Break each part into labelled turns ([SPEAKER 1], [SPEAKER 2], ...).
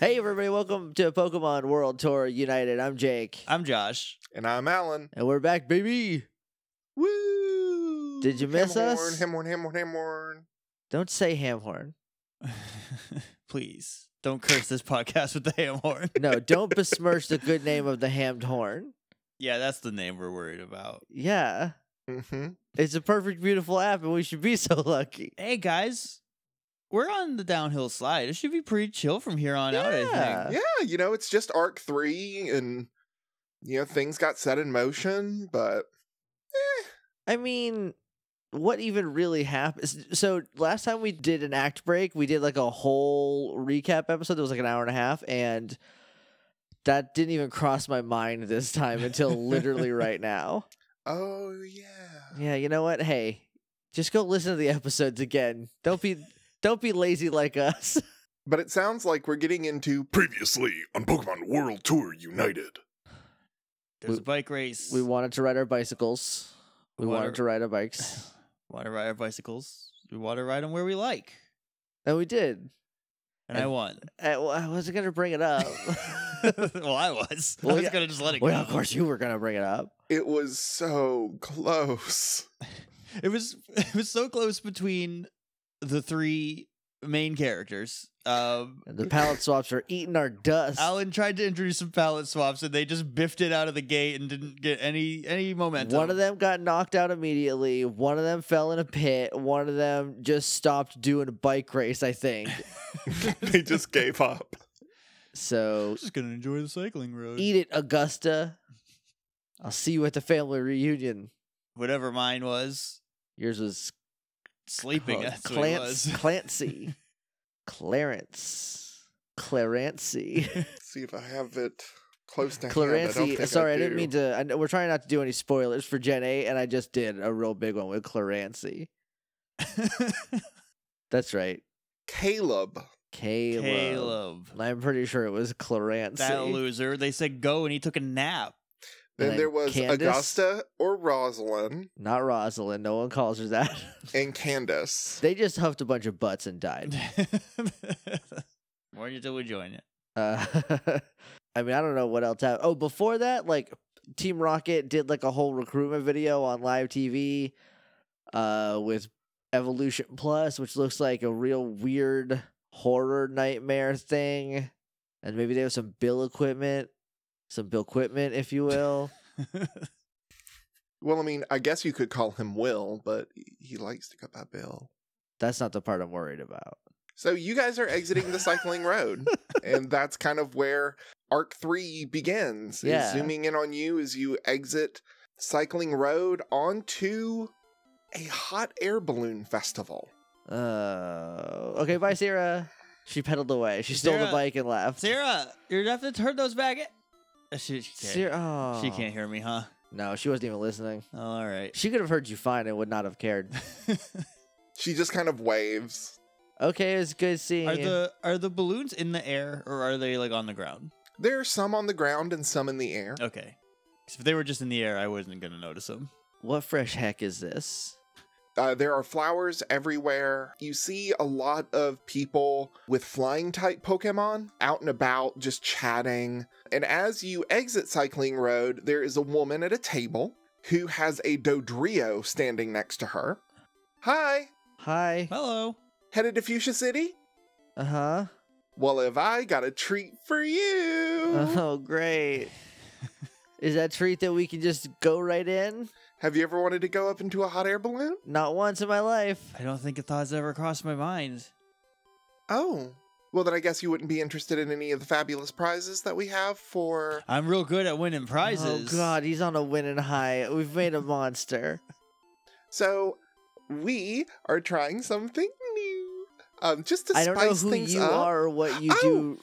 [SPEAKER 1] Hey everybody, welcome to Pokemon World Tour United. I'm Jake.
[SPEAKER 2] I'm Josh.
[SPEAKER 3] And I'm Alan.
[SPEAKER 1] And we're back, baby.
[SPEAKER 2] Woo!
[SPEAKER 1] Did you miss
[SPEAKER 3] Hemhorn,
[SPEAKER 1] us?
[SPEAKER 3] Hemhorn, Hemhorn, Hemhorn.
[SPEAKER 1] Don't say ham horn.
[SPEAKER 2] Please don't curse this podcast with the ham horn.
[SPEAKER 1] No, don't besmirch the good name of the hammed horn.
[SPEAKER 2] Yeah, that's the name we're worried about.
[SPEAKER 1] Yeah.
[SPEAKER 3] Mm-hmm.
[SPEAKER 1] It's a perfect, beautiful app, and we should be so lucky.
[SPEAKER 2] Hey guys, we're on the downhill slide. It should be pretty chill from here on out. I
[SPEAKER 1] Yeah.
[SPEAKER 2] think.
[SPEAKER 3] Yeah, you know, it's just arc three and you know, things got set in motion, but
[SPEAKER 1] I mean, what even really happened? So last time we did an act break, we did like a whole recap episode that was like an hour and a half, and that didn't even cross my mind this time until literally right now.
[SPEAKER 3] oh yeah.
[SPEAKER 1] Yeah, you know what? Hey, just go listen to the episodes again. Don't be don't be lazy like us.
[SPEAKER 3] But it sounds like we're getting into Previously on Pokemon World Tour United.
[SPEAKER 2] There's
[SPEAKER 1] We-
[SPEAKER 2] a bike race.
[SPEAKER 1] We wanted to ride our bicycles. We
[SPEAKER 2] Water-
[SPEAKER 1] wanted to ride our bikes.
[SPEAKER 2] want to ride our bicycles. We want to ride them where we like,
[SPEAKER 1] And we did.
[SPEAKER 2] and I won.
[SPEAKER 1] I, I wasn't going to bring it up.
[SPEAKER 2] well, I was.
[SPEAKER 1] Oh. Well,
[SPEAKER 2] I was
[SPEAKER 1] yeah.
[SPEAKER 2] gonna just let it
[SPEAKER 1] well,
[SPEAKER 2] go.
[SPEAKER 1] of course you were going to bring it up.
[SPEAKER 3] It was so close.
[SPEAKER 2] It was it was so close between the three main characters. Um,
[SPEAKER 1] And the palette swaps are eating our dust.
[SPEAKER 2] Alan tried to introduce some palette swaps, and they just biffed it out of the gate and didn't get any any momentum.
[SPEAKER 1] One of them got knocked out immediately. One of them fell in a pit. One of them just stopped doing a bike race, I think.
[SPEAKER 3] they just gave up.
[SPEAKER 1] So
[SPEAKER 2] just gonna enjoy the cycling road.
[SPEAKER 1] eat it, Augusta. I'll see you at the family reunion.
[SPEAKER 2] Whatever mine was,
[SPEAKER 1] Yours was
[SPEAKER 2] sleeping.
[SPEAKER 1] Cla-
[SPEAKER 2] That's
[SPEAKER 1] Clance-
[SPEAKER 2] what it was.
[SPEAKER 1] Clancy. Clarence. Clarency.
[SPEAKER 3] See if I have it close to hand. I don't
[SPEAKER 1] Clarency.
[SPEAKER 3] think
[SPEAKER 1] Sorry, I,
[SPEAKER 3] I,
[SPEAKER 1] didn't
[SPEAKER 3] do.
[SPEAKER 1] mean to. I know, we're trying not to do any spoilers for Gen 8, and I just did a real big one with Clarency. That's right.
[SPEAKER 3] Caleb.
[SPEAKER 1] Caleb.
[SPEAKER 2] Caleb,
[SPEAKER 1] I'm pretty sure it was Clarency.
[SPEAKER 2] that loser. They said go, and he took a nap.
[SPEAKER 3] Then
[SPEAKER 1] And
[SPEAKER 3] there was
[SPEAKER 1] Candace?
[SPEAKER 3] Augusta or Rosalind
[SPEAKER 1] Not Rosalind. No one calls her that.
[SPEAKER 3] and Candace.
[SPEAKER 1] they just huffed a bunch of butts and died.
[SPEAKER 2] Warn you till we join it.
[SPEAKER 1] Uh, I mean, I don't know what else happened. Oh, before that, like Team Rocket did like a whole recruitment video on live TV uh, with Evolution Plus, which looks like a real weird horror nightmare thing. And maybe they have some bill equipment, some bill equipment, if you will.
[SPEAKER 3] Well, I mean, I guess you could call him Will, but he likes to go by Bill.
[SPEAKER 1] That's not the part I'm worried about.
[SPEAKER 3] So you guys are exiting the cycling road, and that's kind of where Arc Three begins. is
[SPEAKER 1] Yeah.
[SPEAKER 3] zooming in on you as you exit cycling road onto a hot air balloon festival.
[SPEAKER 1] Uh, okay, bye, Sarah. She pedaled away. She stole the
[SPEAKER 2] Sarah-
[SPEAKER 1] bike and left.
[SPEAKER 2] Sarah, you're gonna have to turn those back. In. She, she can't.
[SPEAKER 1] Sarah, oh.
[SPEAKER 2] She can't hear me, huh?
[SPEAKER 1] No, she wasn't even listening.
[SPEAKER 2] All right.
[SPEAKER 1] She could have heard you fine and would not have cared.
[SPEAKER 3] She just kind of waves.
[SPEAKER 1] Okay, it's good seeing
[SPEAKER 2] are
[SPEAKER 1] you.
[SPEAKER 2] the are the balloons in the air or are they like on the ground?
[SPEAKER 3] There are some on the ground and some in the air.
[SPEAKER 2] Okay. 'Cause if they were just in the air, I wasn't gonna notice them.
[SPEAKER 1] What fresh heck is this?
[SPEAKER 3] Uh, there are flowers everywhere. You see a lot of people with flying type Pokemon out and about just chatting. And as you exit Cycling Road, there is a woman at a table who has a Dodrio standing next to her. Hi,
[SPEAKER 1] Hi.
[SPEAKER 2] Hello.
[SPEAKER 3] headed to Fuchsia City?
[SPEAKER 1] Uh huh.
[SPEAKER 3] Well, have I got a treat for you?
[SPEAKER 1] Oh, great. Is that treat that we can just go right in?
[SPEAKER 3] Have you ever wanted to go up into a hot air balloon?
[SPEAKER 1] Not once in my life.
[SPEAKER 2] I don't think the thoughts ever crossed my mind.
[SPEAKER 3] Oh. Well, then I guess you wouldn't be interested in any of the fabulous prizes that we have for.
[SPEAKER 2] I'm real good at winning prizes.
[SPEAKER 1] Oh God, he's on a winning high. We've made a monster.
[SPEAKER 3] So we are trying something new. Um, just to
[SPEAKER 1] I don't know
[SPEAKER 3] spice
[SPEAKER 1] who
[SPEAKER 3] things
[SPEAKER 1] you
[SPEAKER 3] up,
[SPEAKER 1] are or what you
[SPEAKER 3] Oh!
[SPEAKER 1] do.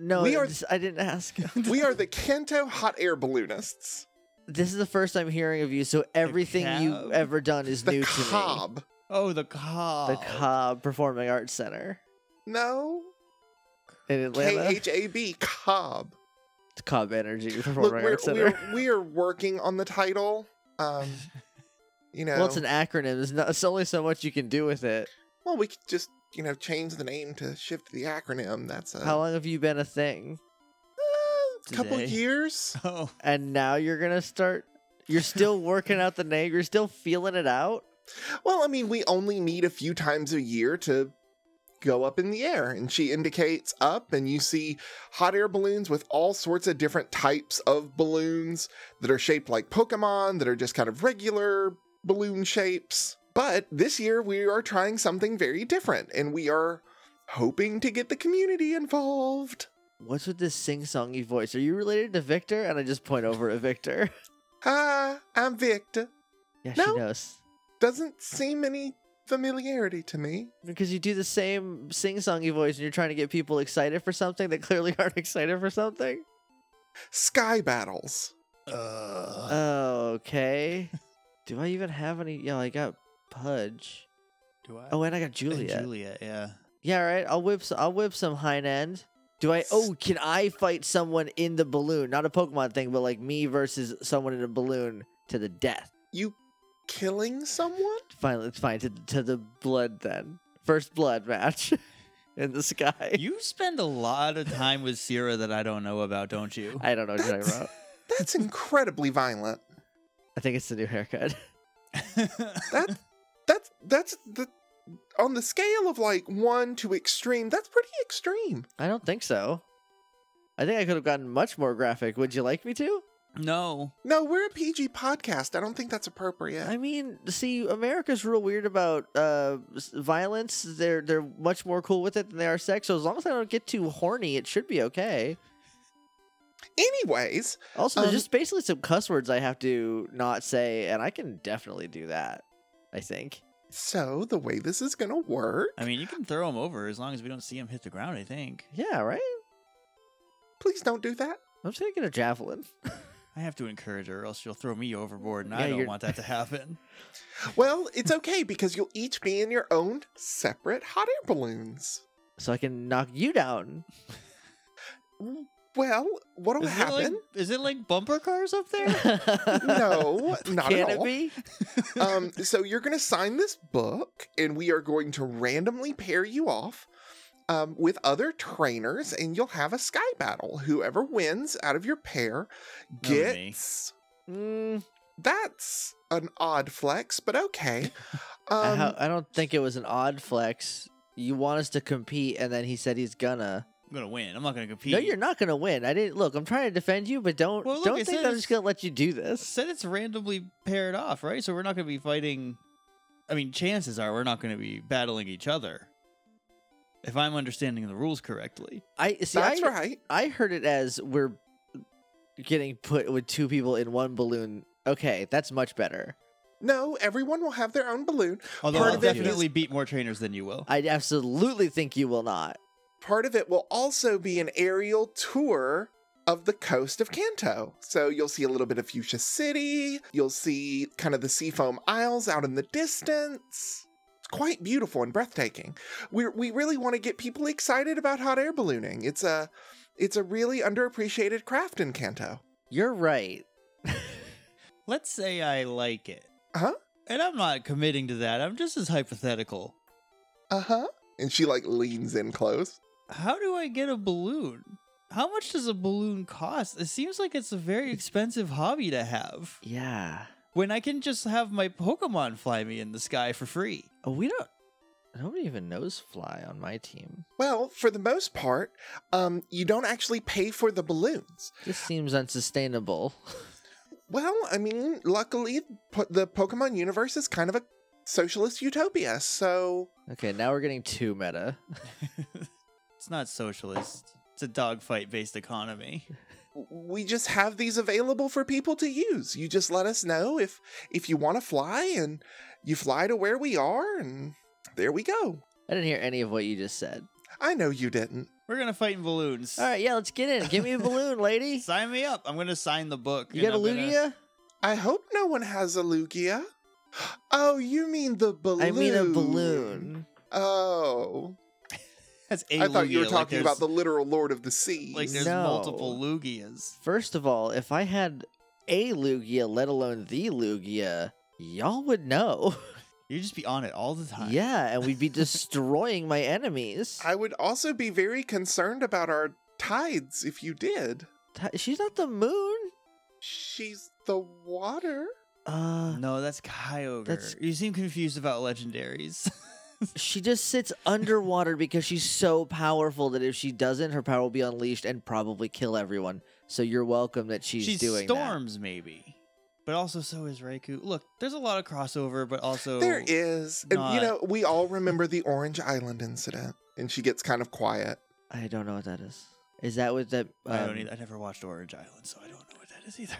[SPEAKER 1] No,
[SPEAKER 3] We
[SPEAKER 1] I
[SPEAKER 3] are-
[SPEAKER 1] just- I didn't ask.
[SPEAKER 3] we are the Kanto hot air balloonists.
[SPEAKER 1] this is the first I'm hearing of you, so everything
[SPEAKER 2] cab.
[SPEAKER 1] you ever done is
[SPEAKER 3] The
[SPEAKER 1] new to me.
[SPEAKER 3] Cobb.
[SPEAKER 2] Oh, the cob.
[SPEAKER 1] The Cobb Performing Arts Center
[SPEAKER 3] No,
[SPEAKER 1] in Atlanta.
[SPEAKER 3] K H A B Cobb.
[SPEAKER 1] It's Cobb Energy
[SPEAKER 3] Look,
[SPEAKER 1] Performing
[SPEAKER 3] we're,
[SPEAKER 1] Arts Center.
[SPEAKER 3] we're we are working on the title. Um, you know,
[SPEAKER 1] Well, it's an acronym. There's, not, it's only so much you can do with it.
[SPEAKER 3] well, we could just you know, change the name to shift the acronym. That's a
[SPEAKER 1] How long have you been a thing?
[SPEAKER 3] uh, couple
[SPEAKER 2] Today.
[SPEAKER 3] years.
[SPEAKER 2] Oh,
[SPEAKER 1] And now you're gonna start. You're still working out the name. You're still feeling it out.
[SPEAKER 3] Well, I mean, we only meet a few times a year to go up in the air. And she indicates up, and you see hot air balloons with all sorts of different types of balloons that are shaped like Pokemon, that are just kind of regular balloon shapes. But this year, we are trying something very different, and we are hoping to get the community involved.
[SPEAKER 1] What's with this sing-songy voice? Are you related to Victor? And I just point over at Victor.
[SPEAKER 3] Hi, Ah, I'm Victor.
[SPEAKER 1] Yeah,
[SPEAKER 3] No.
[SPEAKER 1] she knows.
[SPEAKER 3] Doesn't seem any familiarity to me.
[SPEAKER 1] Because you do the same sing-songy voice, and you're trying to get people excited for something that clearly aren't excited for something.
[SPEAKER 3] Sky battles.
[SPEAKER 2] uh,
[SPEAKER 1] Oh, okay. do I even have any? Yeah, I got Pudge.
[SPEAKER 2] do I?
[SPEAKER 1] Oh, and I got
[SPEAKER 2] And
[SPEAKER 1] Juliet.
[SPEAKER 2] Juliet, yeah.
[SPEAKER 1] Yeah, all right. I'll whip. s- I'll whip some hind end. Do I? Oh, can I fight someone in the balloon? Not a Pokemon thing, but like me versus someone in a balloon to the death.
[SPEAKER 3] you killing someone?
[SPEAKER 1] Finally, it's fine. To to the blood then. First blood match in the sky.
[SPEAKER 2] You spend a lot of time with Sierra that I don't know about, don't you?
[SPEAKER 1] I don't know what you're talking about.
[SPEAKER 3] That's incredibly violent.
[SPEAKER 1] I think it's the new haircut.
[SPEAKER 3] That that's that's the on the scale of like one to extreme, that's pretty extreme.
[SPEAKER 1] I don't think so. I think I could have gotten much more graphic. Would you like me to?
[SPEAKER 2] no.
[SPEAKER 3] No, we're a PG podcast. I don't think that's appropriate.
[SPEAKER 1] I mean, see, America's real weird about uh, s- violence. They're they're much more cool with it than they are sex. So as long as I don't get too horny, it should be okay.
[SPEAKER 3] Anyways,
[SPEAKER 1] Also,
[SPEAKER 3] Um,
[SPEAKER 1] there's just basically some cuss words I have to not say, and I can definitely do that. I think.
[SPEAKER 3] so the way this is gonna work,
[SPEAKER 2] I mean, you can throw him over as long as we don't see him hit the ground, I think.
[SPEAKER 1] Yeah, right.
[SPEAKER 3] please don't do that.
[SPEAKER 1] I'm just gonna get a javelin.
[SPEAKER 2] I have to encourage her, or else she'll throw me overboard, and
[SPEAKER 1] Yeah,
[SPEAKER 2] I don't
[SPEAKER 1] you're-
[SPEAKER 2] want that to happen.
[SPEAKER 3] Well, it's okay because you'll each be in your own separate hot air balloons.
[SPEAKER 1] So I can knock you down. Mm.
[SPEAKER 3] Well, what'll
[SPEAKER 2] Is it, like,
[SPEAKER 3] happen?
[SPEAKER 2] is it like bumper cars up there?
[SPEAKER 3] No, not
[SPEAKER 1] Can
[SPEAKER 3] at
[SPEAKER 1] it
[SPEAKER 3] all.
[SPEAKER 1] be?
[SPEAKER 3] um, so you're going to sign this book, and we are going to randomly pair you off um, with other trainers, and you'll have a sky battle. Whoever wins out of your pair
[SPEAKER 2] Not Oh, me.
[SPEAKER 3] gets.
[SPEAKER 1] Mm,
[SPEAKER 3] That's an odd flex, but okay.
[SPEAKER 1] I,
[SPEAKER 3] Um,
[SPEAKER 1] ho- I don't think it was an odd flex. You want us to compete, and then he said he's gonna.
[SPEAKER 2] I'm gonna win. I'm not gonna compete.
[SPEAKER 1] No, you're not gonna win. I didn't look. I'm trying to defend you, but don't
[SPEAKER 2] Well, look,
[SPEAKER 1] don't
[SPEAKER 2] it
[SPEAKER 1] think that I'm
[SPEAKER 2] says-
[SPEAKER 1] just gonna let you do this.
[SPEAKER 2] said it's randomly paired off, right? So we're not gonna be fighting. I mean, chances are we're not gonna be battling each other. If I'm understanding the rules correctly,
[SPEAKER 1] I see.
[SPEAKER 3] that's
[SPEAKER 1] I,
[SPEAKER 3] right.
[SPEAKER 1] I heard it as we're getting put with two people in one balloon. Okay, that's much better.
[SPEAKER 3] No, everyone will have their own balloon.
[SPEAKER 2] although
[SPEAKER 3] Part
[SPEAKER 2] I'll
[SPEAKER 3] of it is-
[SPEAKER 2] definitely beat more trainers than you will.
[SPEAKER 1] I absolutely think you will not.
[SPEAKER 3] Part of it will also be an aerial tour of the coast of Kanto. So you'll see a little bit of Fuchsia City, you'll see kind of the Seafoam Isles out in the distance. It's quite beautiful and breathtaking. We we really want to get people excited about hot air ballooning. It's a it's a really underappreciated craft in Kanto.
[SPEAKER 1] You're right.
[SPEAKER 2] Let's say I like it.
[SPEAKER 3] Uh-huh.
[SPEAKER 2] And I'm not committing to that. I'm just as hypothetical.
[SPEAKER 3] Uh-huh. And she like leans in close.
[SPEAKER 2] How do I get a balloon? How much does a balloon cost? It seems like it's a very expensive hobby to have.
[SPEAKER 1] Yeah.
[SPEAKER 2] When I can just have my Pokemon fly me in the sky for free.
[SPEAKER 1] Oh, we don't. Nobody even knows fly on my team.
[SPEAKER 3] Well, for the most part, um, you don't actually pay for the balloons.
[SPEAKER 1] This seems unsustainable.
[SPEAKER 3] Well, I mean, luckily, po- the Pokemon universe is kind of a socialist utopia, so
[SPEAKER 1] Okay, now we're getting too meta.
[SPEAKER 2] it's not socialist. It's a dogfight based economy.
[SPEAKER 3] we just have these available for people to use. You just let us know if if you want to fly, and you fly to where we are, and there we go.
[SPEAKER 1] I didn't hear any of what you just said.
[SPEAKER 3] I know you didn't.
[SPEAKER 2] We're gonna fight in balloons.
[SPEAKER 1] All right, yeah, let's get in. Give me a balloon, lady.
[SPEAKER 2] Sign me up. I'm gonna sign the book.
[SPEAKER 1] You
[SPEAKER 2] and
[SPEAKER 1] got a
[SPEAKER 2] I'm gonna-
[SPEAKER 1] Lugia?
[SPEAKER 3] I hope no one has a Lugia. Oh, you mean the balloon?
[SPEAKER 1] I mean a balloon.
[SPEAKER 3] Oh,
[SPEAKER 2] That's a
[SPEAKER 3] I thought you were
[SPEAKER 2] Lugia, like
[SPEAKER 3] talking
[SPEAKER 2] there's-
[SPEAKER 3] about the literal Lord of the Sea.
[SPEAKER 2] like there's
[SPEAKER 1] No.
[SPEAKER 2] multiple Lugias.
[SPEAKER 1] First of all, if I had a Lugia, let alone the Lugia, y'all would know.
[SPEAKER 2] You'd just be on it all the time.
[SPEAKER 1] Yeah, and we'd be destroying my enemies.
[SPEAKER 3] I would also be very concerned about our tides if you did.
[SPEAKER 1] Ti- She's not the moon.
[SPEAKER 3] She's the water.
[SPEAKER 1] Uh,
[SPEAKER 2] No, that's Kyogre.
[SPEAKER 1] That's-
[SPEAKER 2] You seem confused about legendaries.
[SPEAKER 1] she just sits underwater because she's so powerful that if she doesn't, her power will be unleashed and probably kill everyone. So you're welcome that she's
[SPEAKER 2] She's
[SPEAKER 1] doing that.
[SPEAKER 2] storms maybe, but also so is Raikou. Look, there's a lot of crossover, but also
[SPEAKER 3] there is. And, you
[SPEAKER 2] not-
[SPEAKER 3] know, we all remember the Orange Island incident. And she gets kind of quiet.
[SPEAKER 1] I don't know what that is. Is that what that? Um,
[SPEAKER 2] I don't either. I never watched Orange Island, so I don't know what that is either.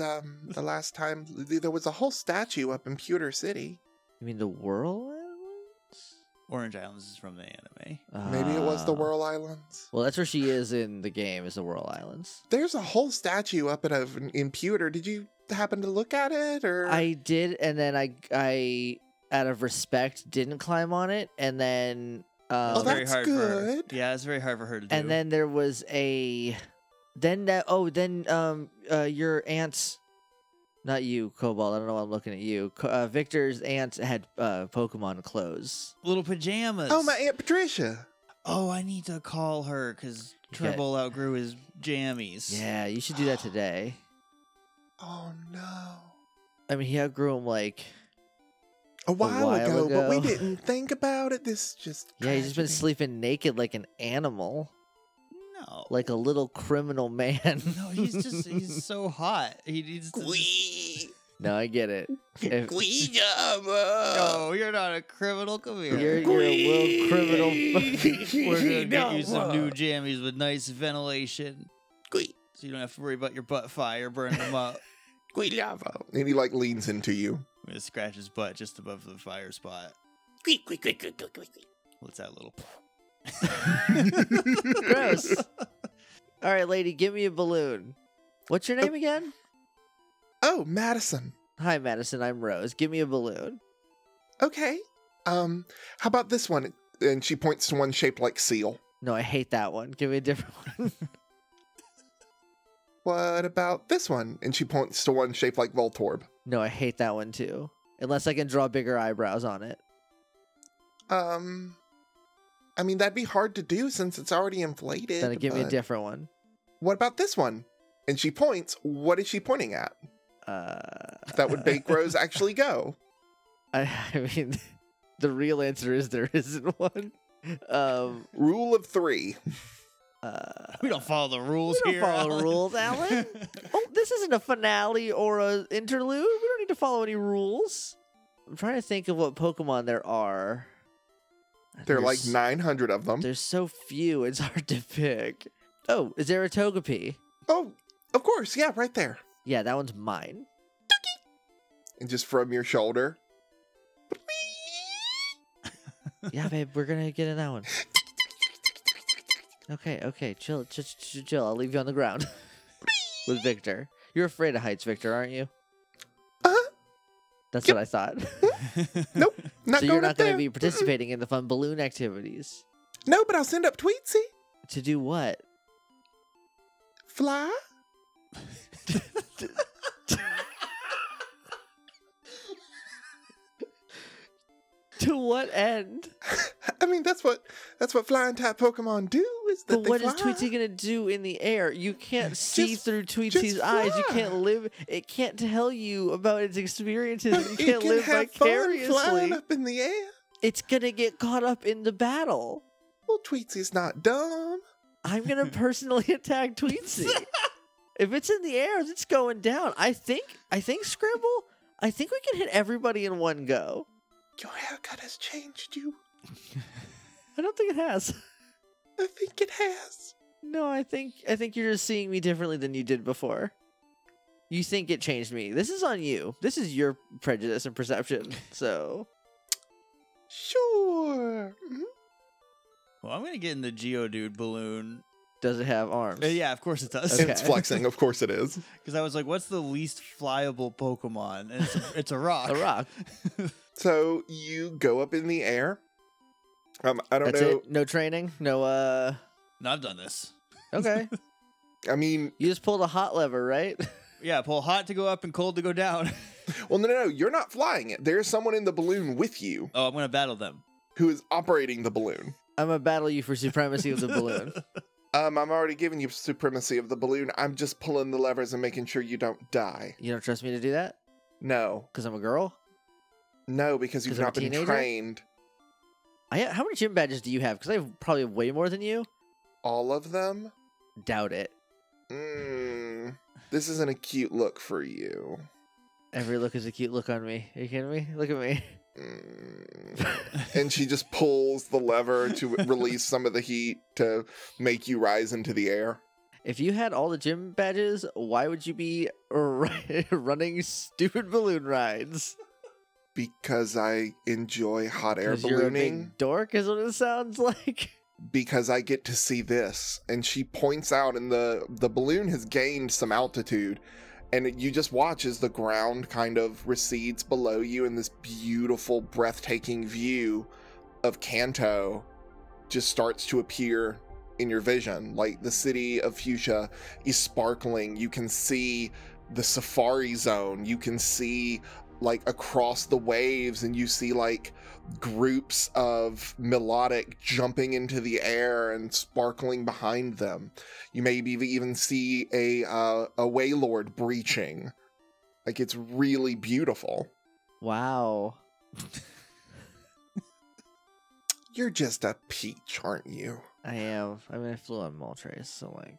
[SPEAKER 3] um, the last time th- there was a whole statue up in Pewter City.
[SPEAKER 1] You mean the whirlwind?
[SPEAKER 2] Orange Islands is from the anime.
[SPEAKER 3] Maybe it was the
[SPEAKER 1] Ah.
[SPEAKER 3] Whirl Islands.
[SPEAKER 1] Well, that's where she is in the game. Is the Whirl Islands?
[SPEAKER 3] There's a whole statue up in, of- in Pewter. Did you happen to look at it? Or
[SPEAKER 1] I did, and then I, I, out of respect, didn't climb on it, and then, um,
[SPEAKER 3] Oh,
[SPEAKER 2] It's very
[SPEAKER 3] that's
[SPEAKER 2] hard
[SPEAKER 3] good.
[SPEAKER 2] For, yeah, it's very hard for her to do.
[SPEAKER 1] and then there was a, then that. Oh, then um, uh, your aunt's, not you, Cobalt. I don't know. why I'm looking at you. Co- Uh, Victor's aunt had uh, Pokemon clothes.
[SPEAKER 2] little pajamas.
[SPEAKER 3] Oh, my Aunt Patricia.
[SPEAKER 2] Oh, I need to call her because Treble outgrew his jammies.
[SPEAKER 1] Yeah, you should do that today.
[SPEAKER 3] Oh, no.
[SPEAKER 1] I mean, he outgrew him like.
[SPEAKER 3] a while,
[SPEAKER 1] while
[SPEAKER 3] ago, but we
[SPEAKER 1] ago.
[SPEAKER 3] didn't think about it. This is just
[SPEAKER 1] Yeah, he's just been
[SPEAKER 3] tragedy.
[SPEAKER 1] sleeping naked like an animal,
[SPEAKER 2] No.
[SPEAKER 1] like a little criminal man.
[SPEAKER 2] No, he's just he's so hot. He needs to.
[SPEAKER 3] Glee,
[SPEAKER 1] no, I get it. If-
[SPEAKER 3] glee,
[SPEAKER 2] No, you're not a criminal. Come here.
[SPEAKER 1] You're, you're a world criminal.
[SPEAKER 2] We're gonna get you some new jammies with nice ventilation,
[SPEAKER 3] glee,
[SPEAKER 2] so you don't have to worry about your butt fire burning them up.
[SPEAKER 3] glee lava. And he like leans into you.
[SPEAKER 2] I'm gonna scratch his butt just above the fire spot.
[SPEAKER 3] Glee, glee, glee, glee, glee, glee, glee.
[SPEAKER 2] What's that little?
[SPEAKER 1] Gross. All right, lady, give me a balloon. What's your name again?
[SPEAKER 3] Oh, Madison.
[SPEAKER 1] Hi, Madison. I'm Rose. Give me a balloon.
[SPEAKER 3] Okay. Um, how about this one? And she points to one shaped like seal.
[SPEAKER 1] No, I hate that one. Give me a different one.
[SPEAKER 3] What about this one? And she points to one shaped like Voltorb.
[SPEAKER 1] No, I hate that one too. Unless I can draw bigger eyebrows on it.
[SPEAKER 3] Um, I mean that'd be hard to do since it's already inflated.
[SPEAKER 1] Then give me a
[SPEAKER 3] but-
[SPEAKER 1] different one.
[SPEAKER 3] What about this one? And she points. What is she pointing at?
[SPEAKER 1] Uh,
[SPEAKER 3] That would make Rose actually go.
[SPEAKER 1] I, I mean, the real answer is there isn't one. Um,
[SPEAKER 3] Rule of three.
[SPEAKER 1] uh,
[SPEAKER 2] We don't follow the rules
[SPEAKER 1] We don't
[SPEAKER 2] here.
[SPEAKER 1] follow
[SPEAKER 2] Alan.
[SPEAKER 1] rules, Alan. oh, this isn't a finale or a interlude. We don't need to follow any rules. I'm trying to think of what Pokemon there are.
[SPEAKER 3] There are
[SPEAKER 1] There's-
[SPEAKER 3] like 900 of them.
[SPEAKER 1] There's so few, it's hard to pick. Oh, is there a Togepi?
[SPEAKER 3] Oh, of course. Yeah, right there.
[SPEAKER 1] Yeah, that one's mine.
[SPEAKER 3] And just from your shoulder.
[SPEAKER 1] Yeah, babe, we're gonna get in that one. Okay, okay, chill, chill, chill, chill. I'll leave you on the ground with Victor. You're afraid of heights, Victor, aren't you?
[SPEAKER 3] Uh-huh.
[SPEAKER 1] That's
[SPEAKER 3] Yep.
[SPEAKER 1] what I thought.
[SPEAKER 3] Nope. Not
[SPEAKER 1] so
[SPEAKER 3] going
[SPEAKER 1] you're not
[SPEAKER 3] up there.
[SPEAKER 1] to be participating in the fun balloon activities.
[SPEAKER 3] Mm-mm. No, but I'll send up Tweetsy.
[SPEAKER 1] To do what?
[SPEAKER 3] Fly.
[SPEAKER 1] To what end?
[SPEAKER 3] I mean, that's what that's what flying type Pokemon do. Is that
[SPEAKER 1] But
[SPEAKER 3] they
[SPEAKER 1] what
[SPEAKER 3] fly.
[SPEAKER 1] is Tweety gonna do in the air? You can't see
[SPEAKER 3] Just-
[SPEAKER 1] through Tweety's eyes. You can't
[SPEAKER 3] fly.
[SPEAKER 1] live. It can't tell you about its experiences. You
[SPEAKER 3] It
[SPEAKER 1] can't
[SPEAKER 3] can
[SPEAKER 1] live
[SPEAKER 3] have fun flying
[SPEAKER 1] vicariously.
[SPEAKER 3] up in the air.
[SPEAKER 1] It's gonna get caught up in the battle.
[SPEAKER 3] Well, Tweetsy's not dumb.
[SPEAKER 1] I'm gonna personally attack Tweetsy. if it's in the air, it's going down. I think. I think Scramble. I think we can hit everybody in one go.
[SPEAKER 3] Your haircut has changed you.
[SPEAKER 1] I don't think it has.
[SPEAKER 3] I think it has.
[SPEAKER 1] No, I think I think you're just seeing me differently than you did before. You think it changed me. This is on you. This is your prejudice and perception. So
[SPEAKER 3] Sure. Mhm.
[SPEAKER 2] well, I'm gonna get in the Geodude balloon.
[SPEAKER 1] does it have arms?
[SPEAKER 2] Uh, yeah, of course it does.
[SPEAKER 1] Okay.
[SPEAKER 3] It's flexing, of course it is.
[SPEAKER 2] Because I was like, "What's the least flyable Pokemon?" And it's a, it's a rock.
[SPEAKER 1] A rock.
[SPEAKER 3] So you go up in the air. Um, I don't
[SPEAKER 1] That's
[SPEAKER 3] know.
[SPEAKER 1] it. No training. No uh
[SPEAKER 2] No, I've done this.
[SPEAKER 1] Okay.
[SPEAKER 3] I mean,
[SPEAKER 1] you just pulled a hot lever, right?
[SPEAKER 2] Yeah, pull hot to go up and cold to go down.
[SPEAKER 3] Well, no, no, no, you're not flying it. There's someone in the balloon with you
[SPEAKER 2] Oh, I'm gonna battle them.
[SPEAKER 3] who is operating the balloon.
[SPEAKER 1] I'm gonna battle you for supremacy of the balloon.
[SPEAKER 3] Um, I'm already giving you supremacy of the balloon. I'm just pulling the levers and making sure you don't die.
[SPEAKER 1] You don't trust me to do that
[SPEAKER 3] No,
[SPEAKER 1] because I'm a girl.
[SPEAKER 3] no, because you've
[SPEAKER 1] 'Cause I'm a
[SPEAKER 3] not been
[SPEAKER 1] teenager?
[SPEAKER 3] trained.
[SPEAKER 1] I ha- how many gym badges do you have? Because I have probably way more than you.
[SPEAKER 3] All of them.
[SPEAKER 1] Doubt it.
[SPEAKER 3] Mm, this isn't a cute look for you.
[SPEAKER 1] Every look is a cute look on me. Are you kidding me? Look at me.
[SPEAKER 3] Mm. and she just pulls the lever to release some of the heat to make you rise into the air.
[SPEAKER 1] If you had all the gym badges, why would you be ri- running stupid balloon rides?
[SPEAKER 3] Because I enjoy hot air
[SPEAKER 1] 'Cause you're a big
[SPEAKER 3] ballooning.
[SPEAKER 1] dork is what it sounds like.
[SPEAKER 3] Because I get to see this. And she points out, and the, the balloon has gained some altitude. And you just watch as the ground kind of recedes below you in this beautiful, breathtaking view of Kanto just starts to appear in your vision. Like the city of Fuchsia is sparkling. You can see the safari zone. You can see like across the waves, and you see like groups of melodic jumping into the air and sparkling behind them. You maybe even see a uh, a waylord breaching. Like it's really beautiful.
[SPEAKER 1] Wow.
[SPEAKER 3] You're just a peach, aren't you?
[SPEAKER 1] I am. I mean, I flew on Moltres, so like.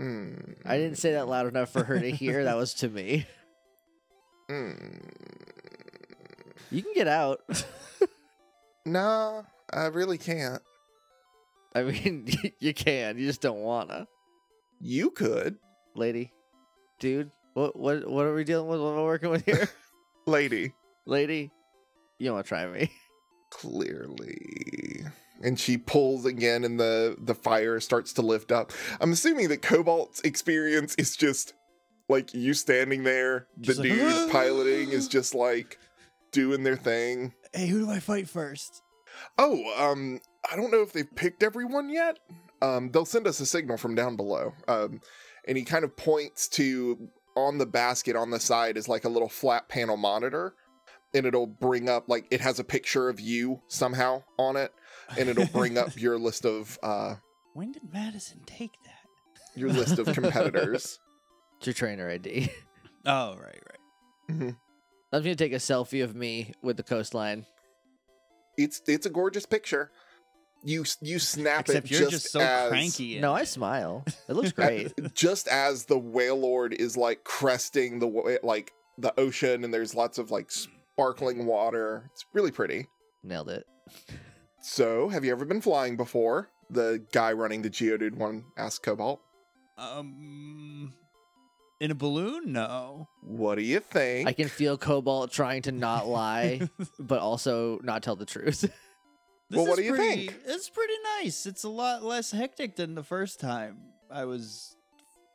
[SPEAKER 3] Mm.
[SPEAKER 1] I didn't say that loud enough for her to hear. That was to me.
[SPEAKER 3] Mm.
[SPEAKER 1] You can get out.
[SPEAKER 3] No, I really can't.
[SPEAKER 1] I mean, you can. You just don't wanna,
[SPEAKER 3] You could,
[SPEAKER 1] lady, dude. What what what are we dealing with? What am I working with here,
[SPEAKER 3] lady.
[SPEAKER 1] lady? You don't want to try me.
[SPEAKER 3] Clearly. And she pulls again, and the the fire starts to lift up. I'm assuming that Cobalt's experience is just like you standing there. The
[SPEAKER 2] Just like, "Ah."
[SPEAKER 3] dude piloting is just like doing their thing.
[SPEAKER 2] Hey, who do I fight first?
[SPEAKER 3] Oh, um, I don't know if they've picked everyone yet. Um, they'll send us a signal from down below. Um, and he kind of points to on the basket on the side is like a little flat panel monitor, and it'll bring up like it has a picture of you somehow on it, and it'll bring up your list of uh
[SPEAKER 2] When did Madison take that?
[SPEAKER 3] your list of competitors.
[SPEAKER 1] It's your trainer ID.
[SPEAKER 2] Oh, right, right.
[SPEAKER 1] I'm gonna take a selfie of me with the coastline.
[SPEAKER 3] It's it's a gorgeous picture. You you snap
[SPEAKER 2] Except
[SPEAKER 3] it
[SPEAKER 2] you're
[SPEAKER 3] just,
[SPEAKER 2] just, so
[SPEAKER 3] as-
[SPEAKER 2] cranky. in
[SPEAKER 1] No, I
[SPEAKER 2] it.
[SPEAKER 1] smile. It looks
[SPEAKER 3] Uh,
[SPEAKER 1] great.
[SPEAKER 3] just as the whalelord is like cresting the wa- like the ocean and there's lots of like sparkling water it's really pretty
[SPEAKER 1] Nailed it.
[SPEAKER 3] so have you ever been flying before the guy running the geodude one asked cobalt
[SPEAKER 2] Um, in a balloon? No.
[SPEAKER 3] what do you think
[SPEAKER 1] I can feel Cobalt trying to not lie, but also not tell the truth.
[SPEAKER 2] This
[SPEAKER 3] Well,
[SPEAKER 2] is
[SPEAKER 3] what do you
[SPEAKER 2] pretty-
[SPEAKER 3] think?
[SPEAKER 2] It's pretty nice. It's a lot less hectic than the first time I was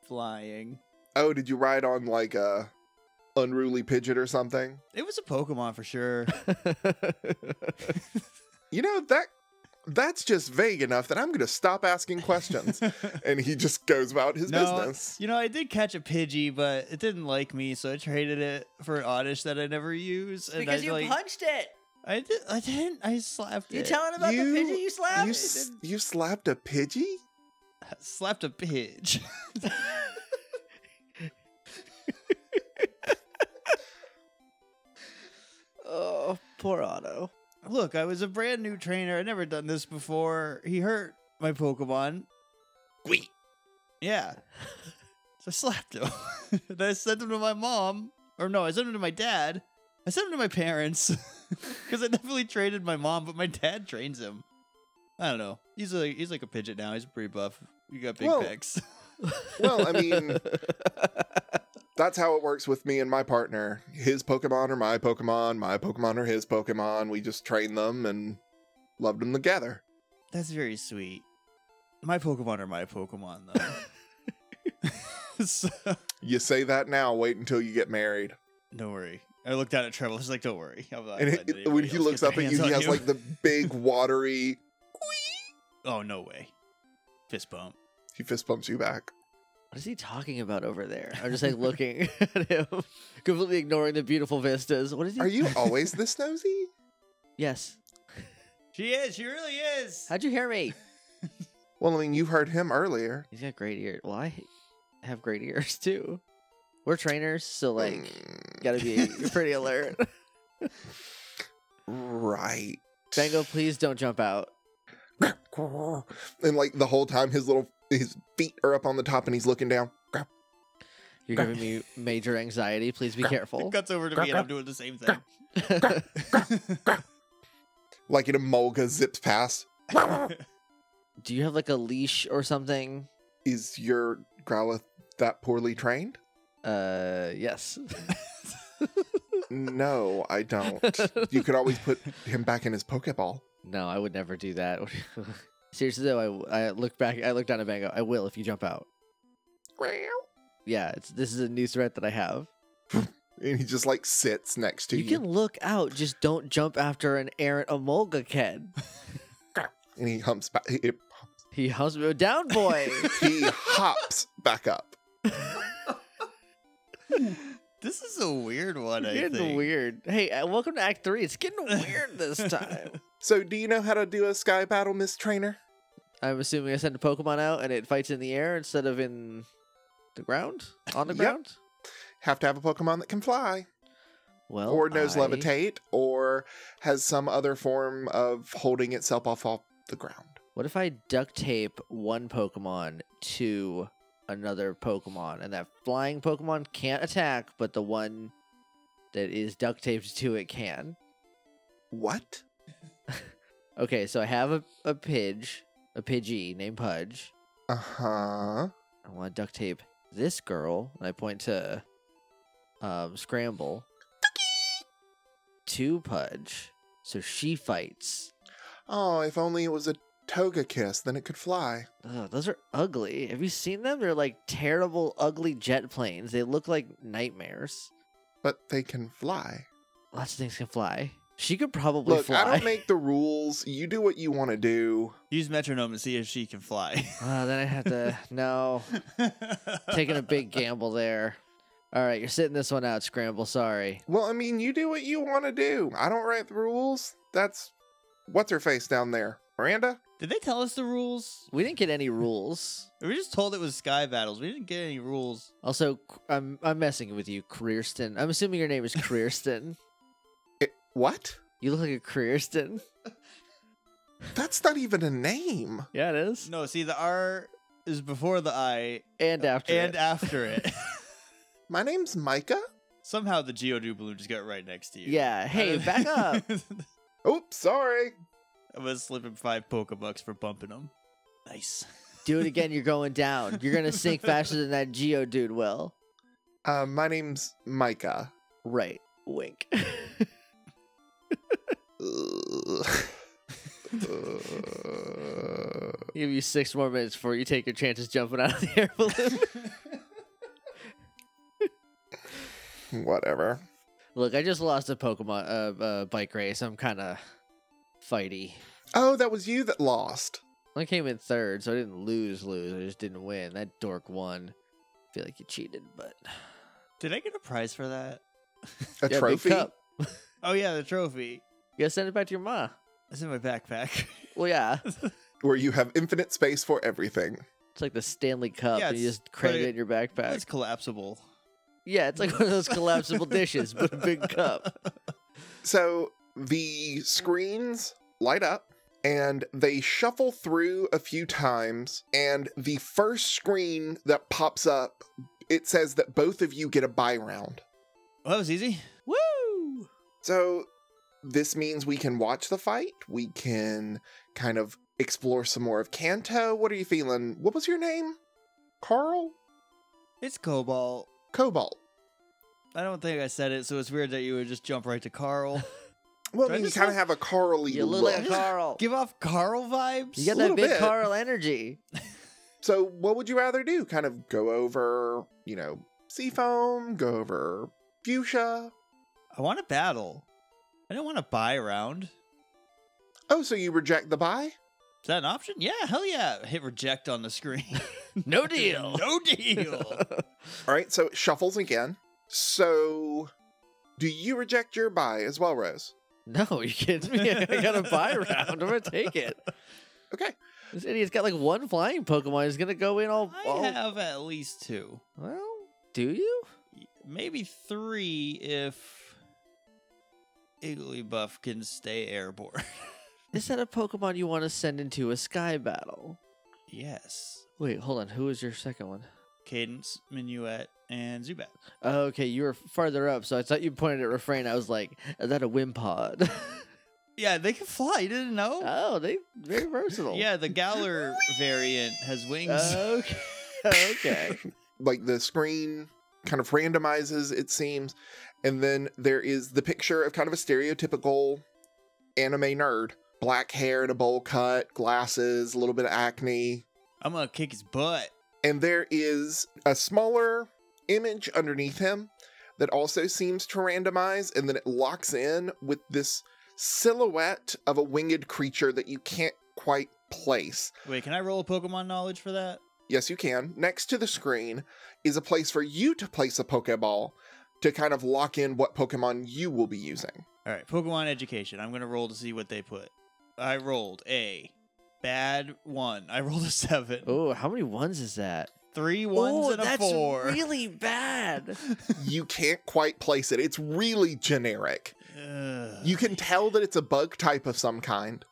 [SPEAKER 2] flying.
[SPEAKER 3] oh did you ride on like a unruly pigeon or something
[SPEAKER 2] It was a Pokemon for sure.
[SPEAKER 3] you know that that's just vague enough that i'm gonna stop asking questions and he just goes about his
[SPEAKER 2] No,
[SPEAKER 3] business
[SPEAKER 2] You know, I did catch a Pidgey, but it didn't like me, so I traded it for an Oddish that I never use. And I, like,
[SPEAKER 1] punched it.
[SPEAKER 2] I did. I didn't. I slapped it.
[SPEAKER 1] telling
[SPEAKER 3] about the You- pigeon you
[SPEAKER 1] slapped?
[SPEAKER 3] you, s- you slapped a pidgey
[SPEAKER 2] I slapped a Pidge.
[SPEAKER 1] oh, poor Otto.
[SPEAKER 2] Look, I was a brand new trainer. I'd never done this before. He hurt my Pokemon.
[SPEAKER 3] Gweet.
[SPEAKER 2] Yeah. So I slapped him. then I sent him to my mom. Or no, I sent him to my dad. I sent him to my parents. Because I definitely traded my mom, but my dad trains him. I don't know. He's like he's like a pigeon now. He's pretty buff. You got big
[SPEAKER 3] Well-
[SPEAKER 2] pecs.
[SPEAKER 3] Well, I mean, that's how it works with me and my partner. His Pokemon are my Pokemon, my Pokemon are his Pokemon. We just train them and love them together.
[SPEAKER 2] That's very sweet. My Pokemon are my Pokemon though. so,
[SPEAKER 3] You say that now, wait until you get married.
[SPEAKER 2] don't worry. I looked down at Trevor. He's like, "Don't worry." I'm not
[SPEAKER 3] and
[SPEAKER 2] letting
[SPEAKER 3] it- when
[SPEAKER 2] anybody
[SPEAKER 3] he
[SPEAKER 2] else
[SPEAKER 3] looks
[SPEAKER 2] get
[SPEAKER 3] up
[SPEAKER 2] their
[SPEAKER 3] at you,
[SPEAKER 2] hands
[SPEAKER 3] he
[SPEAKER 2] on
[SPEAKER 3] has like the big watery.
[SPEAKER 2] "Oh no way!" Fist bump.
[SPEAKER 3] He fist bumps you back.
[SPEAKER 1] What is he talking about over there? I'm just like looking at him, completely ignoring the beautiful vistas. What is he?
[SPEAKER 3] Are you always this nosy?
[SPEAKER 1] Yes.
[SPEAKER 2] She is. She really is.
[SPEAKER 1] How'd you hear me?
[SPEAKER 3] Well, I mean, you heard him earlier.
[SPEAKER 1] He's got great ears. Well, I have great ears too. We're trainers, so like,
[SPEAKER 3] Mm,
[SPEAKER 1] gotta be pretty alert.
[SPEAKER 3] right.
[SPEAKER 1] Bango, please don't jump out.
[SPEAKER 3] And like the whole time, his little his feet are up on the top, and he's looking down.
[SPEAKER 1] You're giving me major anxiety. Please be careful.
[SPEAKER 2] It cuts over to me and I'm doing the same thing.
[SPEAKER 3] Like an emolga zips past.
[SPEAKER 1] Do you have like a leash or something?
[SPEAKER 3] Is your Growlithe that poorly trained?
[SPEAKER 1] Uh, yes.
[SPEAKER 3] No, I don't. You could always put him back in his Pokeball.
[SPEAKER 1] No, I would never do that. Seriously though, I, I look back. I look down at Bango. I will if you jump out. Yeah, it's this is a new threat that I have.
[SPEAKER 3] And he just like sits next to
[SPEAKER 1] You
[SPEAKER 3] you,
[SPEAKER 1] can look out, just don't jump after an errant Emolga kid.
[SPEAKER 3] and he humps back. He,
[SPEAKER 1] He helps me down, boy.
[SPEAKER 3] he hops back up.
[SPEAKER 2] this is a weird one. I
[SPEAKER 1] getting
[SPEAKER 2] think.
[SPEAKER 1] weird. Hey, uh, welcome to Act Three. It's getting weird this time.
[SPEAKER 3] So, do you know how to do a sky battle, Miss Trainer?
[SPEAKER 1] I'm assuming I send a Pokemon out and it fights in the air instead of in the ground, on the
[SPEAKER 3] Yep.
[SPEAKER 1] ground.
[SPEAKER 3] Have to have a Pokemon that can fly,
[SPEAKER 1] Well,
[SPEAKER 3] or knows
[SPEAKER 1] I-
[SPEAKER 3] levitate, or has some other form of holding itself off off the ground.
[SPEAKER 1] What if I duct tape one Pokemon to another Pokemon, and that flying Pokemon can't attack, but the one that is duct taped to it can?
[SPEAKER 3] What?
[SPEAKER 1] Okay, so I have a, a Pidge, a Pidgey named Pudge.
[SPEAKER 3] Uh huh.
[SPEAKER 1] I want to duct tape this girl, and I point to um, Scramble to Pudge. So she fights.
[SPEAKER 3] Oh, if only it was a toga kiss, then it could fly.
[SPEAKER 1] Ugh, those are ugly. Have you seen them? They're like terrible, ugly jet planes. They look like nightmares.
[SPEAKER 3] But they can fly.
[SPEAKER 1] Lots of things can fly. She could probably
[SPEAKER 3] Look,
[SPEAKER 1] fly.
[SPEAKER 3] I don't make the rules. You do what you want to do.
[SPEAKER 2] Use metronome and see if she can fly.
[SPEAKER 1] Uh, then I have to. no. Taking a big gamble there. All right, you're sitting this one out, Scramble. Sorry.
[SPEAKER 3] Well, I mean, you do what you want to do. I don't write the rules. That's what's her face down there, Miranda.
[SPEAKER 2] Did they tell us the rules?
[SPEAKER 1] We didn't get any rules.
[SPEAKER 2] We were just told it was sky battles. We didn't get any rules.
[SPEAKER 1] Also, K- I'm I'm messing with you, Creerston. I'm assuming your name is Creerston.
[SPEAKER 3] It, what?
[SPEAKER 1] you look like a Creerston.
[SPEAKER 3] That's not even a name.
[SPEAKER 1] Yeah, it is.
[SPEAKER 2] No, see the R is before the I
[SPEAKER 1] And after
[SPEAKER 2] and
[SPEAKER 1] it.
[SPEAKER 2] after it.
[SPEAKER 3] My name's Micah.
[SPEAKER 2] Somehow the Geodude balloon just got right next to you.
[SPEAKER 1] yeah. Hey, back up.
[SPEAKER 3] Oops, sorry.
[SPEAKER 2] I was slipping five Pokebucks for bumping them. Nice.
[SPEAKER 1] Do it again. You're going down. You're gonna sink faster than that Geo dude will.
[SPEAKER 3] Uh, my name's Micah.
[SPEAKER 1] Right. Wink.
[SPEAKER 3] Ugh. Uh,
[SPEAKER 1] Give you six more minutes before you take your chances jumping out of the air balloon.
[SPEAKER 3] whatever.
[SPEAKER 1] look, I just lost a Pokemon uh, uh, bike race. I'm kind of fighty.
[SPEAKER 3] Oh, that was you that lost.
[SPEAKER 1] I came in third, so I didn't lose. Lose. I just didn't win. That dork won. I feel like you cheated, but
[SPEAKER 2] Did I get a prize for that?
[SPEAKER 3] A
[SPEAKER 1] Yeah, big
[SPEAKER 3] trophy.
[SPEAKER 1] cup.
[SPEAKER 2] Oh yeah, the trophy.
[SPEAKER 1] You gotta send it back to your ma.
[SPEAKER 2] It's in my backpack.
[SPEAKER 1] Well, yeah,
[SPEAKER 3] where you have infinite space for everything.
[SPEAKER 1] it's like the Stanley Cup,
[SPEAKER 2] Yeah,
[SPEAKER 1] and you
[SPEAKER 2] it's-
[SPEAKER 1] just crank
[SPEAKER 2] but
[SPEAKER 1] it,
[SPEAKER 2] it-
[SPEAKER 1] in your backpack.
[SPEAKER 2] It's collapsible.
[SPEAKER 1] Yeah, it's like one of those collapsible dishes, but a big cup.
[SPEAKER 3] So the screens light up and they shuffle through a few times. And the first screen that pops up, it says that both of you get a buy round.
[SPEAKER 2] Well, that was easy.
[SPEAKER 1] Woo!
[SPEAKER 3] So this means we can watch the fight. We can kind of explore some more of Kanto. What are you feeling? What was your name? Carl?
[SPEAKER 2] It's Cobalt.
[SPEAKER 3] Cobalt.
[SPEAKER 2] I don't think I said it, so it's weird that you would just jump right to Carl.
[SPEAKER 3] Well,
[SPEAKER 2] Do
[SPEAKER 3] I
[SPEAKER 2] I
[SPEAKER 3] mean, you
[SPEAKER 2] just
[SPEAKER 3] kind of
[SPEAKER 2] look-
[SPEAKER 3] have a Carly
[SPEAKER 1] You look
[SPEAKER 3] look.
[SPEAKER 1] like a Carl.
[SPEAKER 2] Give off Carl vibes.
[SPEAKER 1] You got
[SPEAKER 3] a
[SPEAKER 1] that
[SPEAKER 3] little
[SPEAKER 1] big
[SPEAKER 3] bit.
[SPEAKER 1] Carl energy.
[SPEAKER 3] So, what would you rather do? Kind of go over, you know, seafoam, go over fuchsia.
[SPEAKER 2] I want to battle. I don't want to buy round. Is
[SPEAKER 3] Oh, so you reject the buy?
[SPEAKER 2] that an option? Yeah, hell yeah. Hit reject on the screen.
[SPEAKER 1] no deal.
[SPEAKER 2] no deal.
[SPEAKER 3] All right, so it shuffles again. So, do you reject your buy as well, Rose?
[SPEAKER 1] No, you kidding me? I got a buy round. I'm gonna take it.
[SPEAKER 3] Okay.
[SPEAKER 1] This idiot's got like one flying Pokemon. He's gonna go in all. all-
[SPEAKER 2] I have at least two.
[SPEAKER 1] Well, do you?
[SPEAKER 2] Maybe three if Igglybuff can stay airborne.
[SPEAKER 1] Is that a Pokemon you want to send into a sky battle?
[SPEAKER 2] yes.
[SPEAKER 1] Wait, hold on. Who is your second one? Oh,
[SPEAKER 2] Cadence, Minuet, and Zubat.
[SPEAKER 1] Okay, you were farther up, so I thought you pointed at refrain. I was like, is that a Wimpod?
[SPEAKER 2] Yeah, they can fly. You didn't know?
[SPEAKER 1] oh, they very versatile.
[SPEAKER 2] yeah, the Galar variant has wings.
[SPEAKER 1] Okay. okay.
[SPEAKER 3] Like the screen kind of randomizes, it seems. And then there is the picture of kind of a stereotypical anime nerd black hair and a bowl cut, glasses, a little bit of acne,
[SPEAKER 2] I'm gonna kick his butt.
[SPEAKER 3] And there is a smaller image underneath him that also seems to randomize, and then it locks in with this silhouette of a winged creature that you can't quite place.
[SPEAKER 2] Wait, can I roll a Pokemon knowledge for that?
[SPEAKER 3] Yes, you can. Next to the screen is a place for you to place a Pokeball to kind of lock in what Pokemon you will be using.
[SPEAKER 2] All right, Pokemon education. I'm gonna roll to see what they put. I rolled a bad one. I rolled a seven.
[SPEAKER 1] Oh, how many ones is that?
[SPEAKER 2] Three ones
[SPEAKER 1] Ooh,
[SPEAKER 2] and a
[SPEAKER 1] that's
[SPEAKER 2] four.
[SPEAKER 1] really bad.
[SPEAKER 3] you can't quite place it. It's really generic.
[SPEAKER 2] Ugh.
[SPEAKER 3] You can tell that it's a bug type of some kind.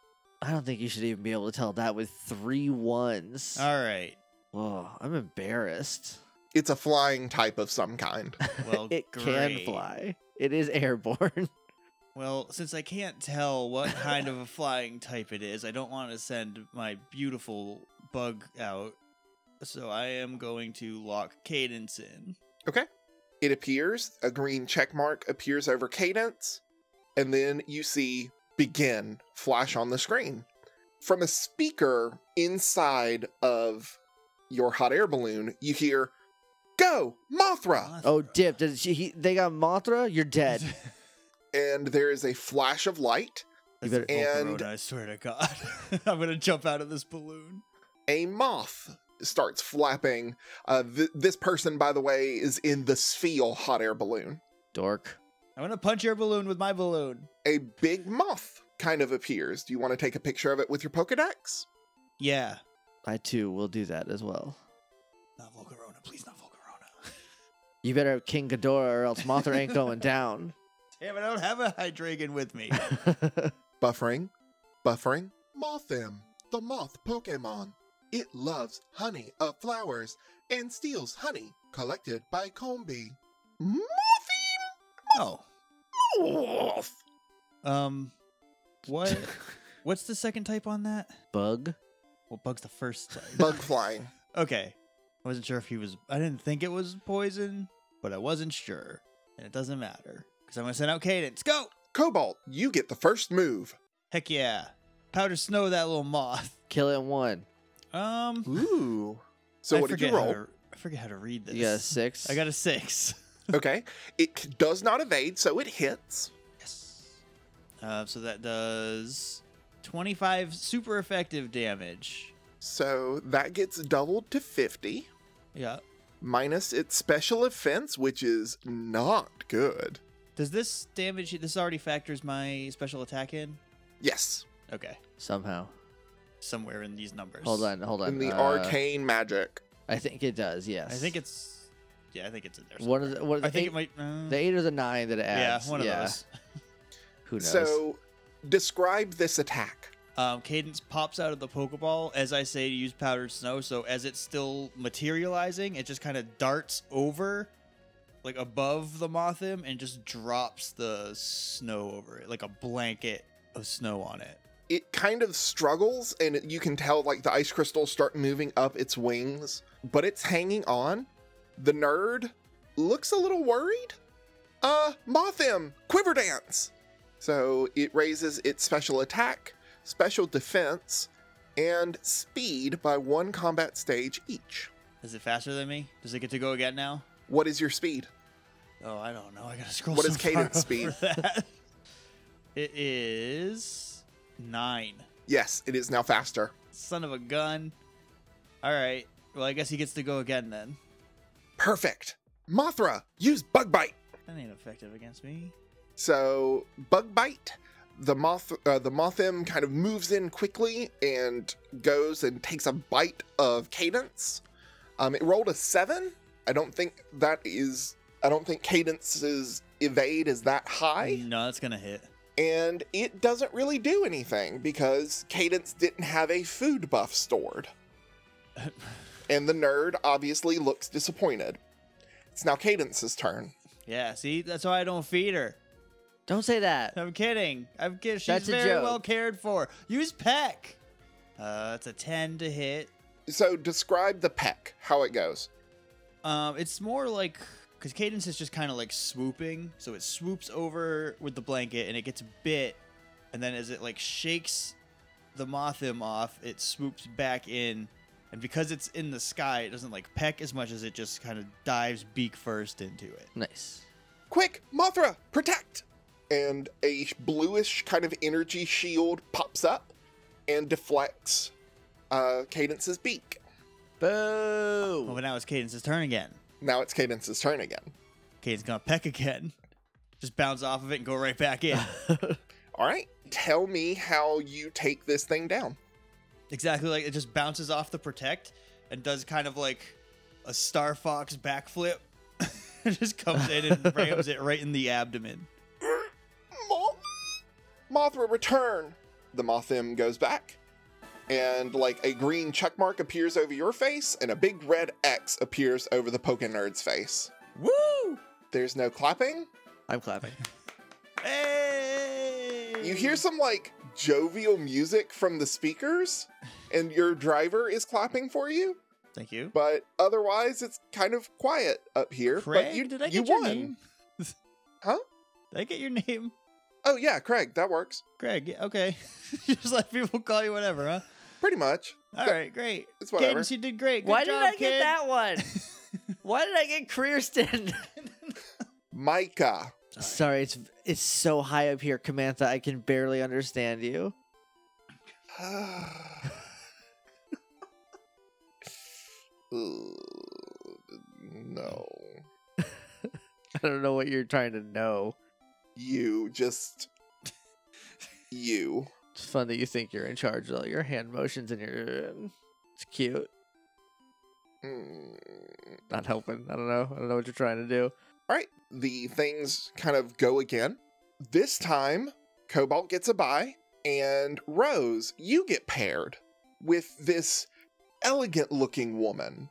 [SPEAKER 1] I don't think you should even be able to tell that with three ones.
[SPEAKER 2] All right.
[SPEAKER 1] Whoa, I'm embarrassed.
[SPEAKER 3] It's a flying type of some kind.
[SPEAKER 2] Well,
[SPEAKER 1] it can
[SPEAKER 2] great.
[SPEAKER 1] fly. It is airborne.
[SPEAKER 2] Well, since I can't tell what kind of a flying type it is, I don't want to send my beautiful bug out. So I am going to lock Cadence in.
[SPEAKER 3] it appears a green check mark appears over cadence and then you see begin flash on the screen from a speaker inside of your hot air balloon you hear go mothra
[SPEAKER 1] Oh, dip! Did she, he, they got Mothra? You're dead.
[SPEAKER 3] and there is a flash of light
[SPEAKER 1] You
[SPEAKER 2] You
[SPEAKER 1] better-
[SPEAKER 2] better,
[SPEAKER 3] And-
[SPEAKER 2] I swear to God, I'm gonna jump out of this balloon.
[SPEAKER 3] a moth starts flapping uh, th- this person by the way is in the spheal hot air balloon
[SPEAKER 1] Dork.
[SPEAKER 2] I'm gonna punch your balloon with my balloon.
[SPEAKER 3] a big moth kind of appears do you want to take a picture of it with your pokédex
[SPEAKER 2] Yeah,
[SPEAKER 1] I too will do that as well.
[SPEAKER 2] not Volcarona, please, not Volcarona.
[SPEAKER 1] You better have King Ghidorah, or else Mothra ain't going down.
[SPEAKER 2] Damn it, I don't have a Hydreigon with me.
[SPEAKER 3] Buffering, buffering. Mothim, the moth Pokemon. It loves honey of flowers and steals honey collected by Combi.
[SPEAKER 2] oh,
[SPEAKER 3] Moth!
[SPEAKER 2] um, what? What's the second type on that?
[SPEAKER 1] Bug.
[SPEAKER 2] Well, Bug's the first type.
[SPEAKER 3] Bug flying.
[SPEAKER 2] Okay. I wasn't sure if he was. I didn't think it was poison, but I wasn't sure. And it doesn't matter. Because I'm going to send out Cadence. Go!
[SPEAKER 3] Cobalt, you get the first move.
[SPEAKER 2] Heck yeah. Powder snow that little moth.
[SPEAKER 1] Kill it in one.
[SPEAKER 2] Um.
[SPEAKER 3] Ooh. So
[SPEAKER 2] I
[SPEAKER 3] what did you
[SPEAKER 2] forget how
[SPEAKER 3] roll?
[SPEAKER 2] to- I forget how to read this.
[SPEAKER 1] You got a six.
[SPEAKER 2] I got a six.
[SPEAKER 3] Okay. It does not evade, so it hits.
[SPEAKER 2] Yes. Uh, so that does 25 super effective damage.
[SPEAKER 3] So that gets doubled to 50,
[SPEAKER 2] Yeah.
[SPEAKER 3] minus its special offense, which is not good.
[SPEAKER 2] Does this damage. This already factors my special attack in?
[SPEAKER 3] Yes.
[SPEAKER 2] Okay.
[SPEAKER 1] somehow.
[SPEAKER 2] Somewhere in these numbers.
[SPEAKER 1] Hold on, hold on.
[SPEAKER 3] In the
[SPEAKER 1] Uh,
[SPEAKER 3] arcane magic.
[SPEAKER 1] I think it does. Yes.
[SPEAKER 2] I think it's. Yeah, I think it's in there.
[SPEAKER 1] One of the- one of the
[SPEAKER 2] I think
[SPEAKER 1] eight-
[SPEAKER 2] it might. uh,
[SPEAKER 1] the eight or the nine that it
[SPEAKER 2] yeah,
[SPEAKER 1] adds.
[SPEAKER 2] one of those.
[SPEAKER 1] Who knows?
[SPEAKER 3] So, describe this attack.
[SPEAKER 2] Um, Cadence pops out of the Pokeball as I say to use powdered snow. So as it's still materializing, it just kind of darts over, like above the Mothim, and just drops the snow over it, like a blanket of snow on it.
[SPEAKER 3] It kind of struggles, and you can tell like the ice crystals start moving up its wings, but it's hanging on. The nerd looks a little worried. Uh, Mothim, Quiver Dance. So it raises its special attack, special defense, and speed by one combat stage each.
[SPEAKER 2] Is it faster than me? Does it get to go again now?
[SPEAKER 3] What is your speed?
[SPEAKER 2] Oh, I don't know. I gotta scroll.
[SPEAKER 3] What is
[SPEAKER 2] so far
[SPEAKER 3] Cadence
[SPEAKER 2] over
[SPEAKER 3] speed?
[SPEAKER 2] that. it is nine.
[SPEAKER 3] Yes, it is now faster.
[SPEAKER 2] Son of a gun. All right. Well, I guess he gets to go again then.
[SPEAKER 3] Perfect. Mothra, use bug bite.
[SPEAKER 2] That ain't effective against me.
[SPEAKER 3] So bug bite. The moth, uh, the mothim, kind of moves in quickly and goes and takes a bite of cadence. Um, it rolled a seven. I don't think that is. I don't think cadence's evade is that high,
[SPEAKER 2] No, that's gonna hit.
[SPEAKER 3] and it doesn't really do anything because cadence didn't have a food buff stored. and the nerd obviously looks disappointed. It's now cadence's turn.
[SPEAKER 2] Yeah, see, that's why I don't feed her.
[SPEAKER 1] Don't say that.
[SPEAKER 2] I'm kidding. I'm kidding. She's
[SPEAKER 1] That's a
[SPEAKER 2] very
[SPEAKER 1] joke.
[SPEAKER 2] well cared for. Use peck. Uh, it's a ten to hit.
[SPEAKER 3] So describe the peck, how it goes.
[SPEAKER 2] Um, it's more like because cadence is just kind of like swooping, so it swoops over with the blanket and it gets bit, and then as it like shakes the mothim off, it swoops back in, and because it's in the sky, it doesn't like peck as much as it just kind of dives beak first into it.
[SPEAKER 1] Nice.
[SPEAKER 3] Quick, Mothra, protect! And a bluish kind of energy shield pops up and deflects uh, Cadence's beak.
[SPEAKER 2] Well,
[SPEAKER 1] Boo.
[SPEAKER 2] but now it's cadence's turn again.
[SPEAKER 3] Now it's Cadence's turn again.
[SPEAKER 2] Cadence gonna peck again, just bounce off of it and go right back in.
[SPEAKER 3] All right, tell me how you take this thing down.
[SPEAKER 2] Exactly, like it just bounces off the protect and does kind of like a Star Fox backflip. it just comes in and rams it right in the abdomen.
[SPEAKER 3] Moth- Mothra, return! The Mothim goes back, and like a green check mark appears over your face, and a big red X appears over the Poké Nerd's face.
[SPEAKER 2] Woo!
[SPEAKER 3] There's no clapping.
[SPEAKER 1] I'm clapping.
[SPEAKER 2] Hey!
[SPEAKER 3] You hear some like jovial music from the speakers, and your driver is clapping for you,
[SPEAKER 2] Thank you.
[SPEAKER 3] but otherwise it's kind of quiet up here. but
[SPEAKER 2] Craig,
[SPEAKER 3] you,
[SPEAKER 2] did I get
[SPEAKER 3] you
[SPEAKER 2] your
[SPEAKER 3] won.
[SPEAKER 2] name?
[SPEAKER 3] Huh?
[SPEAKER 2] Did I get your name?
[SPEAKER 3] Oh, yeah, Craig, that works.
[SPEAKER 2] Craig, yeah, okay. just let people call you whatever, huh?
[SPEAKER 3] Pretty much.
[SPEAKER 2] All right, great.
[SPEAKER 3] It's whatever.
[SPEAKER 2] Cadence, you did great. Good
[SPEAKER 1] Why did
[SPEAKER 2] job,
[SPEAKER 1] I get
[SPEAKER 2] kid.
[SPEAKER 1] that one? Why did I get Creerston?
[SPEAKER 3] Micah.
[SPEAKER 1] Sorry, it's it's so high up here, Comantha. I can barely understand you.
[SPEAKER 3] Ugh, no.
[SPEAKER 1] I don't know what you're trying to know.
[SPEAKER 3] You just. You.
[SPEAKER 1] It's fun that you think you're in charge with all your hand motions and your. It's cute.
[SPEAKER 3] Mm.
[SPEAKER 1] Not helping. I don't know. I don't know what you're trying to do.
[SPEAKER 3] All right, the things kind of go again. This time, Cobalt gets a bye, and Rose, you get paired with this elegant looking woman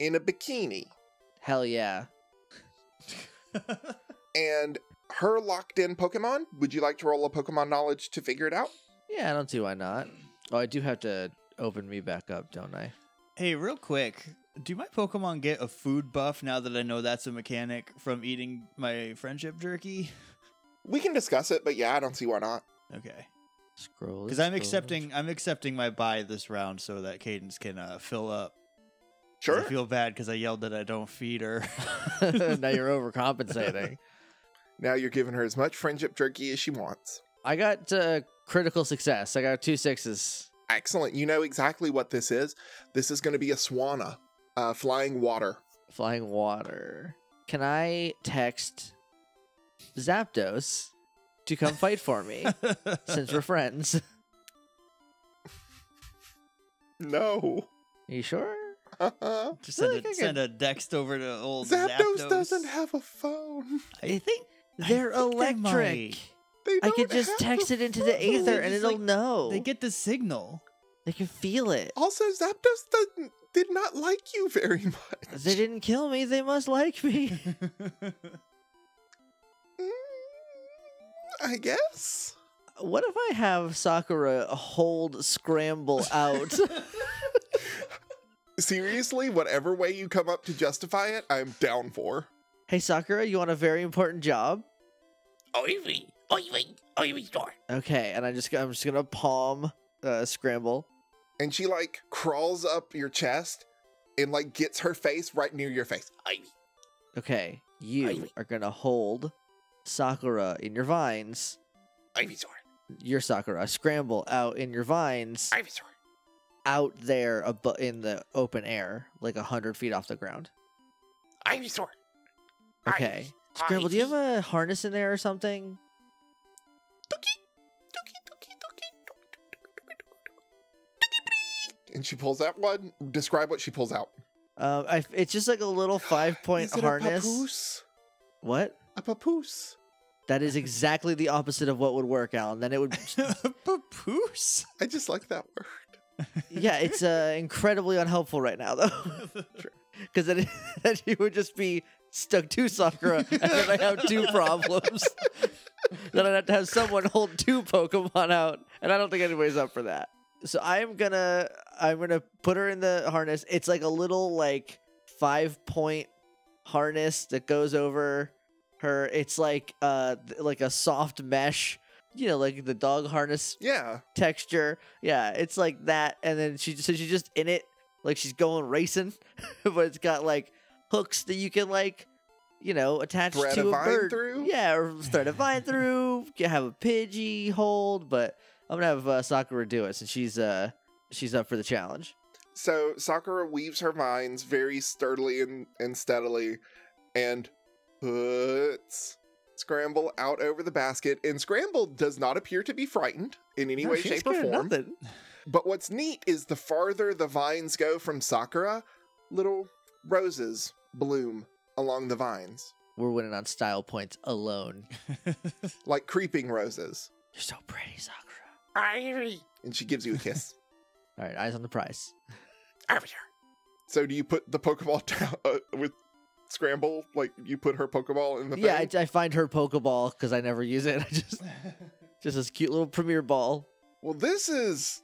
[SPEAKER 3] in a bikini,
[SPEAKER 1] Hell yeah.
[SPEAKER 3] and her locked in Pokemon. Would you like to roll a Pokemon knowledge to figure it out?
[SPEAKER 1] Yeah, I don't see why not. Oh, I do have to open me back up, don't I?
[SPEAKER 2] Hey, real quick, do my Pokemon get a food buff now that I know that's a mechanic from eating my friendship jerky?
[SPEAKER 3] We can discuss it, but yeah, I don't see why not.
[SPEAKER 2] Okay,
[SPEAKER 1] Scroll.
[SPEAKER 2] because I'm
[SPEAKER 1] scroll.
[SPEAKER 2] accepting I'm accepting my buy this round so that Cadence can uh, fill up. 'Cause
[SPEAKER 3] Sure.
[SPEAKER 2] I feel bad because I yelled that I don't feed her.
[SPEAKER 1] now you're overcompensating.
[SPEAKER 3] Now you're giving her as much friendship jerky as she wants.
[SPEAKER 1] I got uh, critical success. I got two sixes.
[SPEAKER 3] Excellent. You know exactly what this is. This is going to be a Swana, uh, flying water.
[SPEAKER 1] Flying water. Can I text Zapdos to come fight for me since we're friends?
[SPEAKER 3] No.
[SPEAKER 1] you sure?
[SPEAKER 3] Uh-huh.
[SPEAKER 2] Just
[SPEAKER 1] I feel
[SPEAKER 2] send,
[SPEAKER 1] like I
[SPEAKER 2] a, send a dext over to old
[SPEAKER 3] Zapdos, doesn't have a phone.
[SPEAKER 1] I
[SPEAKER 2] I
[SPEAKER 1] think
[SPEAKER 2] I
[SPEAKER 1] they're
[SPEAKER 2] think they
[SPEAKER 1] electric.
[SPEAKER 2] might.
[SPEAKER 3] They
[SPEAKER 1] I could
[SPEAKER 3] don't
[SPEAKER 1] just
[SPEAKER 3] have
[SPEAKER 1] text
[SPEAKER 3] a
[SPEAKER 1] it into the
[SPEAKER 3] phone.
[SPEAKER 1] aether
[SPEAKER 2] They
[SPEAKER 1] and
[SPEAKER 2] just,
[SPEAKER 1] it'll
[SPEAKER 2] like,
[SPEAKER 1] know.
[SPEAKER 2] They get the signal.
[SPEAKER 1] they can feel it.
[SPEAKER 3] Also, Zapdos doesn't, did not like you very much.
[SPEAKER 1] They didn't kill me. They must like me.
[SPEAKER 3] Mm, I guess.
[SPEAKER 1] What if I have Sakura hold scramble out?
[SPEAKER 3] Seriously, whatever way you come up to justify it, I'm down for.
[SPEAKER 1] hey Sakura, you want a very important job? Okay, and I just I'm just gonna palm uh, scramble.
[SPEAKER 3] And she like crawls up your chest and like gets her face right near your face.
[SPEAKER 1] Okay, you are gonna hold Sakura in your vines.
[SPEAKER 3] Ivysaur,
[SPEAKER 1] Your Sakura scramble out in your vines,
[SPEAKER 3] Ivysaur.
[SPEAKER 1] out there abo- in the open air, like a hundred feet off the ground.
[SPEAKER 3] Ivysaur. Hi.
[SPEAKER 1] Okay. Scramble, do you have a harness in there or something?
[SPEAKER 3] And she pulls out one. Describe what she pulls out.
[SPEAKER 1] Um, I, it's just like a little five point
[SPEAKER 3] Is it
[SPEAKER 1] harness.
[SPEAKER 3] A papoose?
[SPEAKER 1] What?
[SPEAKER 3] A papoose.
[SPEAKER 1] That is exactly the opposite of what would work, Alan. Then it would.
[SPEAKER 2] Papoose?
[SPEAKER 3] I just like that word.
[SPEAKER 1] yeah, it's uh, incredibly unhelpful right now though, because then, then you would just be stuck to Sakura, and then I have two problems. then I'd have to have someone hold two Pokemon out, and I don't think anybody's up for that. So I'm gonna I'm gonna put her in the harness. It's like a little like five point harness that goes over her. It's like uh th- like a soft mesh, you know, like the dog harness
[SPEAKER 3] Yeah.
[SPEAKER 1] texture. Yeah, it's like that. And then she so she's just in it, like she's going racing, but it's got like hooks that you can like, you know, attach
[SPEAKER 3] Thread
[SPEAKER 1] to
[SPEAKER 3] a
[SPEAKER 1] a,
[SPEAKER 3] vine
[SPEAKER 1] bird.
[SPEAKER 3] through?
[SPEAKER 1] Yeah, or thread a vine through. Can have a Pidgey hold, but I'm gonna have uh, Sakura do it since she's uh she's up for the challenge.
[SPEAKER 3] So Sakura weaves her vines very sturdily and, and steadily and puts Scramble out over the basket. And Scramble does not appear to be frightened in any way, shape, or form.
[SPEAKER 1] Nothing.
[SPEAKER 3] But what's neat is the farther the vines go from Sakura, little roses bloom along the vines,
[SPEAKER 1] We're winning on style points alone.
[SPEAKER 3] like creeping roses.
[SPEAKER 1] You're so pretty, Sakura.
[SPEAKER 3] Ivy! And she gives you a kiss.
[SPEAKER 1] All right, eyes on the prize.
[SPEAKER 3] Over here. So do you put the Pokeball down uh, with Scramble? Like you put her Pokeball in the
[SPEAKER 1] Yeah,
[SPEAKER 3] thing?
[SPEAKER 1] I, I find her Pokeball because I never use it. I just just this cute little premiere ball.
[SPEAKER 3] Well, this is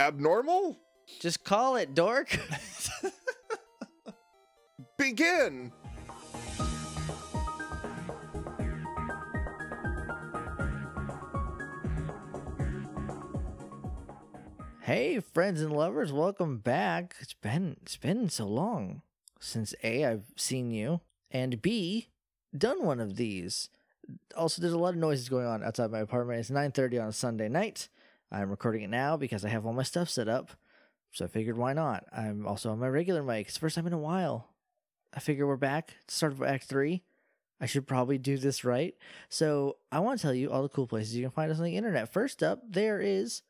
[SPEAKER 3] abnormal.
[SPEAKER 1] Just call it dork.
[SPEAKER 3] Begin.
[SPEAKER 1] hey, friends and lovers, welcome back. It's been it's been so long since A, I've seen you, and B, done one of these. Also, there's a lot of noises going on outside my apartment. It's 9:30 on a Sunday night. I'm recording it now because I have all my stuff set up. So I figured why not? I'm also on my regular mic. It's the first time in a while. I figure we're back. It's the start of act three. I should probably do this right. So I want to tell you all the cool places you can find us on the internet. First up, there is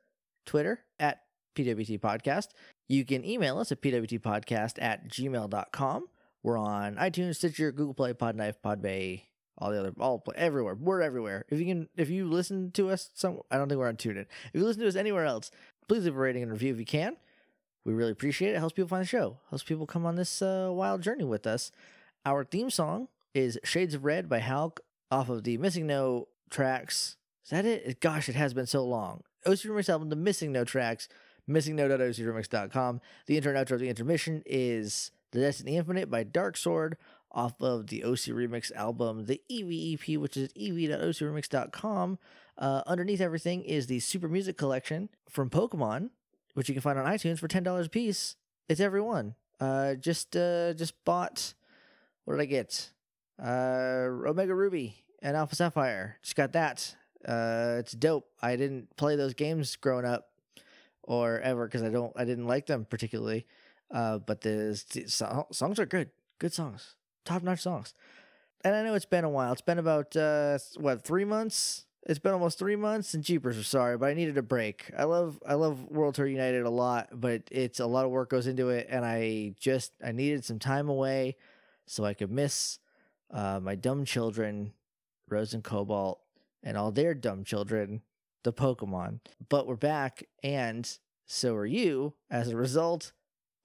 [SPEAKER 1] Twitter at PWT Podcast. You can email us at pwtpodcast at gmail.com. We're on iTunes, Stitcher, Google Play, Podknife, Podbay, all the other, all play, everywhere. We're everywhere. If you can, if you listen to us some, I don't think we're on TuneIn. If you listen to us anywhere else, please leave a rating and review if you can. We really appreciate it. it helps people find the show. Helps people come on this uh, wild journey with us. Our theme song is "Shades of Red" by Halk off of the Missing No tracks. Is that it? Gosh, it has been so long. OC Remix album, the Missing No tracks missingno.ocremix.com. The intro and outro of the intermission is The Destiny Infinite by Dark Sword off of the OC Remix album, the E EVEP, which is E ev.ocremix.com. Uh, underneath everything is the Super Music Collection from Pokemon, which you can find on iTunes for $10 a piece. It's every one. Uh, just, uh, just bought, what did I get? Uh, Omega Ruby and Alpha Sapphire. Just got that. Uh, it's dope. I didn't play those games growing up or ever because I don't I didn't like them particularly. Uh, but the, the so- songs are good, good songs, top notch songs. And I know it's been a while. It's been about uh, what three months. It's been almost three months, and Jeepers are sorry, but I needed a break. I love I love World Tour United a lot, but it's a lot of work goes into it, and I just I needed some time away so I could miss uh, my dumb children, Rose and Cobalt, and all their dumb children the Pokemon. But we're back, and so are you. As a result,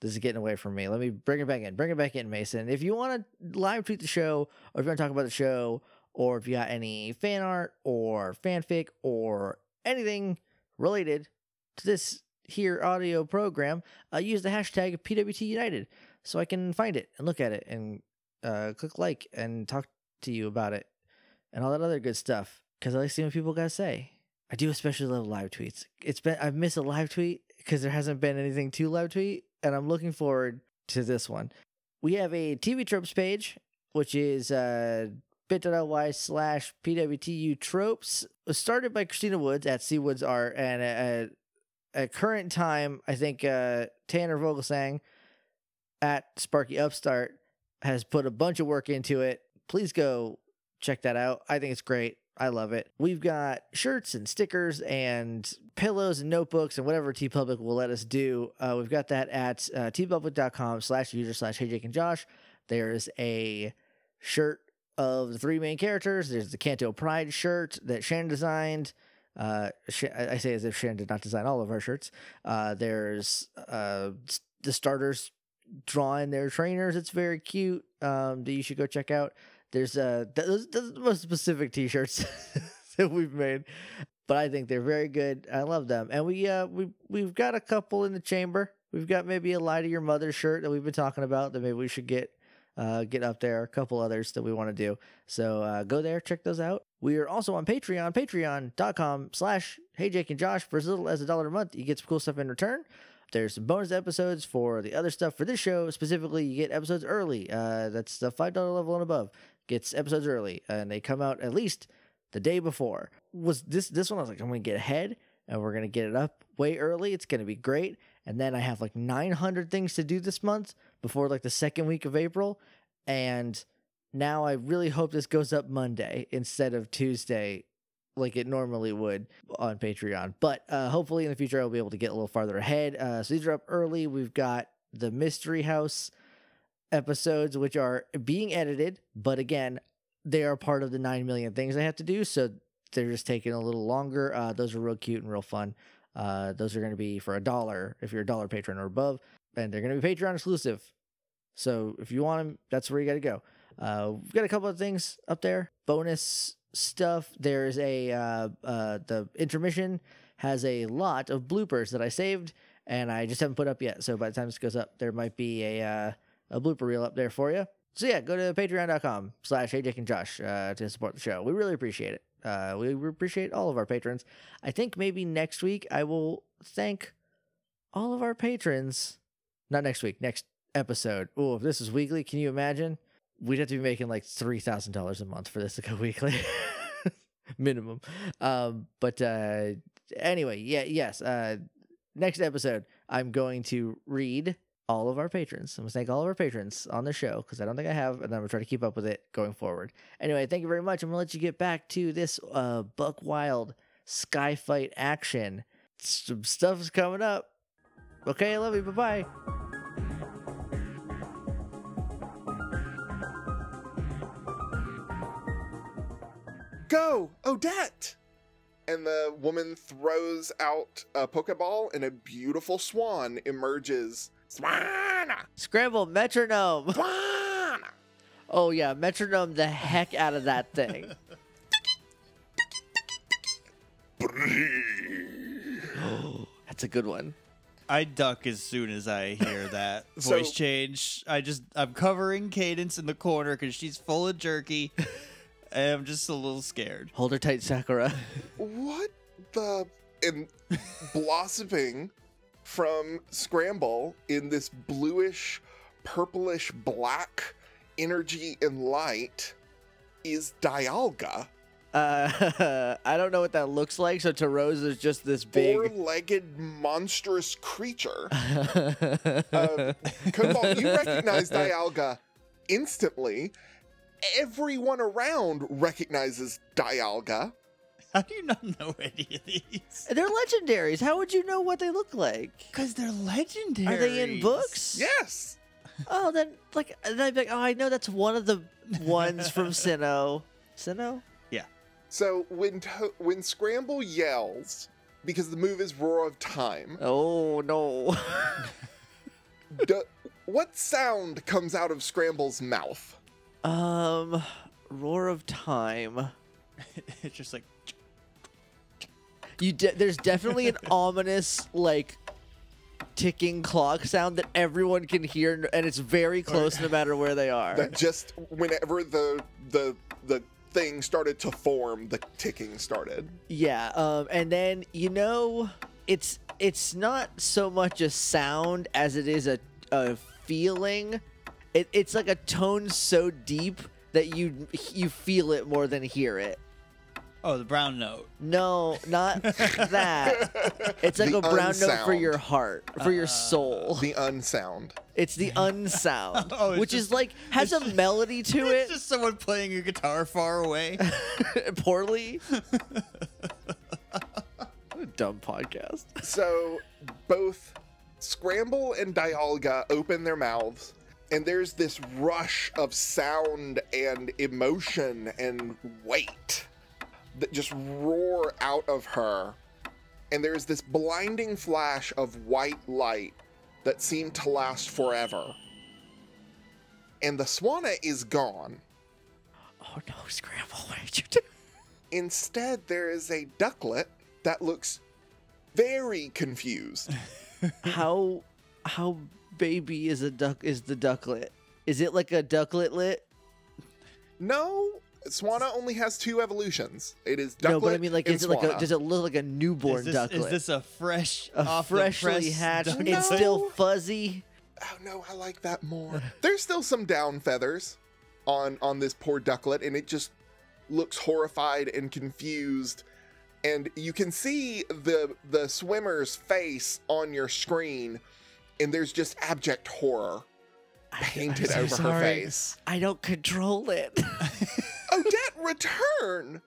[SPEAKER 1] this is getting away from me. Let me bring it back in. Bring it back in, Mason. If you want to live tweet the show, or if you want to talk about the show, or if you got any fan art or fanfic or anything related to this here audio program, uh, use the hashtag PWT United so I can find it and look at it and uh, click like and talk to you about it and all that other good stuff because I like seeing what people got to say. I do especially love live tweets. It's been I've missed a live tweet because there hasn't been anything to live tweet, and I'm looking forward to this one. We have a TV tropes page, which is uh, bit.ly slash pwtu tropes. It was started by Christina Woods at C Woods Art, and at current time, I think uh, Tanner Vogelsang at Sparky Upstart has put a bunch of work into it. Please go check that out. I think it's great. I love it. We've got shirts and stickers and pillows and notebooks and whatever T Public will let us do. Uh, we've got that at uh, tpublic.com slash user slash hey Jake and Josh. There's a shirt of the three main characters. There's the Canto Pride shirt that Shannon designed. Uh, Sh- I I say as if Shannon did not design all of our shirts. Uh, there's uh, s- the starters drawing their trainers. It's very cute. Um, that you should go check out. There's uh, th- those, those are the most specific T-shirts that we've made, but I think they're very good. I love them, and we uh, we we've got a couple in the chamber. We've got maybe a lie to your mother shirt that we've been talking about that maybe we should get uh, get up there. A couple others that we want to do. So uh, go there, check those out. We are also on Patreon, patreon.com slash hey Jake and Josh for as little as a dollar a month. You get some cool stuff in return. There's some bonus episodes for the other stuff for this show. Specifically, you get episodes early. Uh, that's the $5 level and above. Gets episodes early, and they come out at least the day before. Was this this one? I was like, I'm gonna get ahead, and we're gonna get it up way early. It's gonna be great. And then I have like 900 things to do this month before like the second week of April, and now I really hope this goes up Monday instead of Tuesday like it normally would on Patreon. But uh, hopefully in the future I'll be able to get a little farther ahead. Uh, so these are up early. We've got the Mystery House episodes, which are being edited, but again, they are part of the 9 million things I have to do. So they're just taking a little longer. Uh, those are real cute and real fun. Uh, those are going to be for a dollar if you're a dollar patron or above, and they're going to be Patreon exclusive. So if you want them, that's where you got to go. Uh, we've got a couple of things up there, bonus stuff. There's a uh, uh, the intermission has a lot of bloopers that I saved and I just haven't put up yet. So by the time this goes up, there might be a uh, a blooper reel up there for you. So yeah, go to patreon.com slash hey Jake and Josh uh, to support the show. We really appreciate it. Uh, we appreciate all of our patrons. I think maybe next week I will thank all of our patrons. Not next week, next episode. Oh, if this is weekly, can you imagine? We'd have to be making like three thousand dollars a month for this to go weekly, minimum. Um, but uh, anyway, yeah, yes. Uh, next episode, I'm going to read all of our patrons. I'm gonna thank all of our patrons on the show because I don't think I have, and I'm gonna try to keep up with it going forward. Anyway, thank you very much. I'm gonna let you get back to this uh, Buck Wild Sky Fight action. Some stuff's coming up. Okay, I love you. Bye bye.
[SPEAKER 3] Go, Odette! And the woman throws out a Pokeball, and a beautiful swan emerges. Swana!
[SPEAKER 1] Scramble metronome.
[SPEAKER 3] Swana!
[SPEAKER 1] Oh yeah, metronome the heck out of that thing. That's a good one.
[SPEAKER 2] I duck as soon as I hear that
[SPEAKER 3] So-
[SPEAKER 2] voice change. I just I'm covering Cadence in the corner because she's full of jerky, and I'm just a little scared.
[SPEAKER 1] Hold her tight, Sakura.
[SPEAKER 3] What the? And blossoming from Scramble in this bluish, purplish black energy and light is Dialga,
[SPEAKER 1] Uh, I don't know what that looks like. So Tarosa is just this
[SPEAKER 3] four
[SPEAKER 1] big.
[SPEAKER 3] legged monstrous creature. Uh,
[SPEAKER 1] Um,
[SPEAKER 3] Cobalt, you recognize Dialga instantly. Everyone around recognizes Dialga.
[SPEAKER 2] How do you not know any of these?
[SPEAKER 1] They're legendaries. How would you know what they look like?
[SPEAKER 2] Because they're legendary.
[SPEAKER 1] Are they in books?
[SPEAKER 3] Yes!
[SPEAKER 1] Oh, then like then I'd be like, oh, I know that's one of the ones from Sinnoh. Sinnoh.
[SPEAKER 3] So when to- when Scramble yells because the move is Roar of Time,
[SPEAKER 1] Oh no.
[SPEAKER 3] do- what sound comes out of Scramble's mouth?
[SPEAKER 1] um, Roar of Time.
[SPEAKER 2] it's just like
[SPEAKER 1] You de- there's definitely an ominous like ticking clock sound that everyone can hear, and it's very close no matter where they are.
[SPEAKER 3] That just whenever the the the thing started to form, the ticking started.
[SPEAKER 1] Yeah, um, and then you know, it's it's not so much a sound as it is a a feeling. It, it's like a tone so deep that you you feel it more than hear it.
[SPEAKER 2] Oh, the brown note.
[SPEAKER 1] No, not that. It's like
[SPEAKER 3] The
[SPEAKER 1] a brown note for
[SPEAKER 3] unsound.
[SPEAKER 1] your heart, for your
[SPEAKER 2] Uh,
[SPEAKER 1] soul.
[SPEAKER 3] the unsound.
[SPEAKER 1] It's the unsound,
[SPEAKER 2] Oh, it's
[SPEAKER 1] which
[SPEAKER 2] just-
[SPEAKER 1] is like has a
[SPEAKER 2] it's just-
[SPEAKER 1] melody to it
[SPEAKER 2] It's just someone playing a guitar far away.
[SPEAKER 1] poorly. What a dumb podcast.
[SPEAKER 3] So both Scramble and Dialga open their mouths, and there's this rush of sound and emotion and weight that just roar out of her. And there's this blinding flash of white light that seemed to last forever. And the Swana is gone.
[SPEAKER 1] Oh no, Scramble! What did you do?
[SPEAKER 3] Instead, there is a ducklet that looks very confused.
[SPEAKER 1] How how baby is a duck? Is the ducklet? Is it like a ducklet lit?
[SPEAKER 3] No, Swana only has two evolutions. It is ducklet
[SPEAKER 1] No, but I mean, like,
[SPEAKER 3] and
[SPEAKER 1] is it like a,
[SPEAKER 3] Swana.
[SPEAKER 1] does it look like a newborn
[SPEAKER 2] is, this,
[SPEAKER 1] ducklet?
[SPEAKER 2] is this a fresh,
[SPEAKER 1] a
[SPEAKER 2] off
[SPEAKER 1] freshly
[SPEAKER 2] the press
[SPEAKER 1] hatched?
[SPEAKER 2] duck-
[SPEAKER 1] It's still fuzzy.
[SPEAKER 3] Oh no, I like that more. There's still some down feathers on on this poor ducklet, and it just looks horrified and confused. And you can see the the swimmer's face on your screen, and there's just abject horror painted
[SPEAKER 1] I'm
[SPEAKER 3] over
[SPEAKER 1] so
[SPEAKER 3] her
[SPEAKER 1] sorry.
[SPEAKER 3] face.
[SPEAKER 1] I don't control it.
[SPEAKER 3] Odette, return!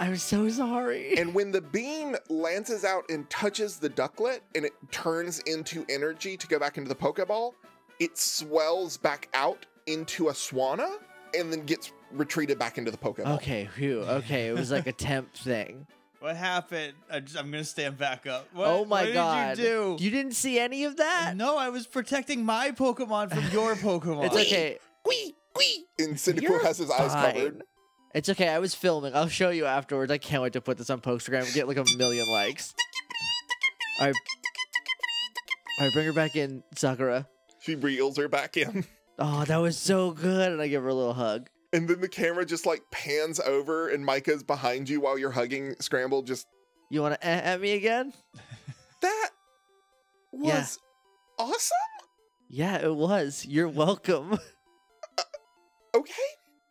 [SPEAKER 1] I'm so sorry.
[SPEAKER 3] And when the beam lances out and touches the ducklet and it turns into energy to go back into the Pokeball, it swells back out into a Swana and then gets retreated back into the Pokeball.
[SPEAKER 1] Okay, whew. Okay, it was like a temp thing.
[SPEAKER 2] What happened? I just, I'm gonna stand back up. What,
[SPEAKER 1] oh my
[SPEAKER 2] what
[SPEAKER 1] god.
[SPEAKER 2] Did you do?
[SPEAKER 1] You didn't see any of that?
[SPEAKER 2] No, I was protecting my Pokemon from your Pokemon.
[SPEAKER 1] It's okay.
[SPEAKER 3] Wee, wee. And Cyndaquil
[SPEAKER 1] You're
[SPEAKER 3] has his eyes covered.
[SPEAKER 1] Fine. It's okay. I was filming. I'll show you afterwards. I can't wait to put this on Instagram and get like a million likes. All right. All right, bring her back in, Sakura.
[SPEAKER 3] She reels her back in.
[SPEAKER 1] Oh, that was so good. And I give her a little hug.
[SPEAKER 3] And then the camera just like pans over and Micah's behind you while you're hugging Scramble. Just
[SPEAKER 1] You want to eh at me again?
[SPEAKER 3] that
[SPEAKER 1] Yeah.
[SPEAKER 3] was awesome.
[SPEAKER 1] Yeah, it was. You're welcome.
[SPEAKER 3] Okay.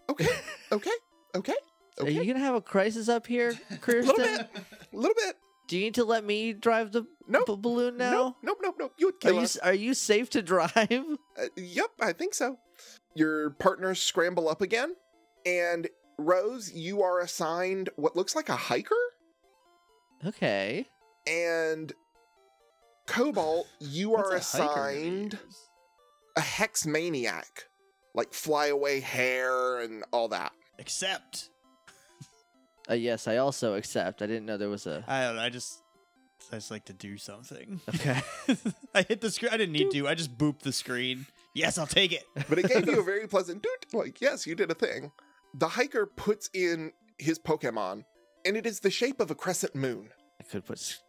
[SPEAKER 3] Okay. Okay. Okay.
[SPEAKER 1] Are you
[SPEAKER 3] Okay.
[SPEAKER 1] going to have a crisis up here,
[SPEAKER 3] Little
[SPEAKER 1] Kirsten?
[SPEAKER 3] bit. A little bit.
[SPEAKER 1] Do you need to let me drive the
[SPEAKER 3] Nope.
[SPEAKER 1] b- balloon now?
[SPEAKER 3] Nope, nope, nope, nope. You would
[SPEAKER 1] Are
[SPEAKER 3] kill
[SPEAKER 1] you
[SPEAKER 3] us.
[SPEAKER 1] s- are you safe to drive?
[SPEAKER 3] Uh, yep, I think so. Your partners scramble up again, and Rose, you are assigned what looks like a hiker,
[SPEAKER 1] Okay.
[SPEAKER 3] and Cobalt, you
[SPEAKER 2] What's
[SPEAKER 3] are
[SPEAKER 2] a hiker gonna
[SPEAKER 3] assigned
[SPEAKER 2] use?
[SPEAKER 3] a hex maniac, like flyaway hair and all that.
[SPEAKER 2] Except
[SPEAKER 1] Uh, yes, I also accept. I didn't know there was a.
[SPEAKER 2] I don't know. I just I just like to do something.
[SPEAKER 1] Okay.
[SPEAKER 2] I hit the screen. I didn't need to. I just booped the screen. Yes, I'll take it.
[SPEAKER 3] But it gave you a very pleasant doot. Like, yes, you did a thing. The hiker puts in his Pokemon, and it is the shape of a crescent moon.
[SPEAKER 1] I could put S-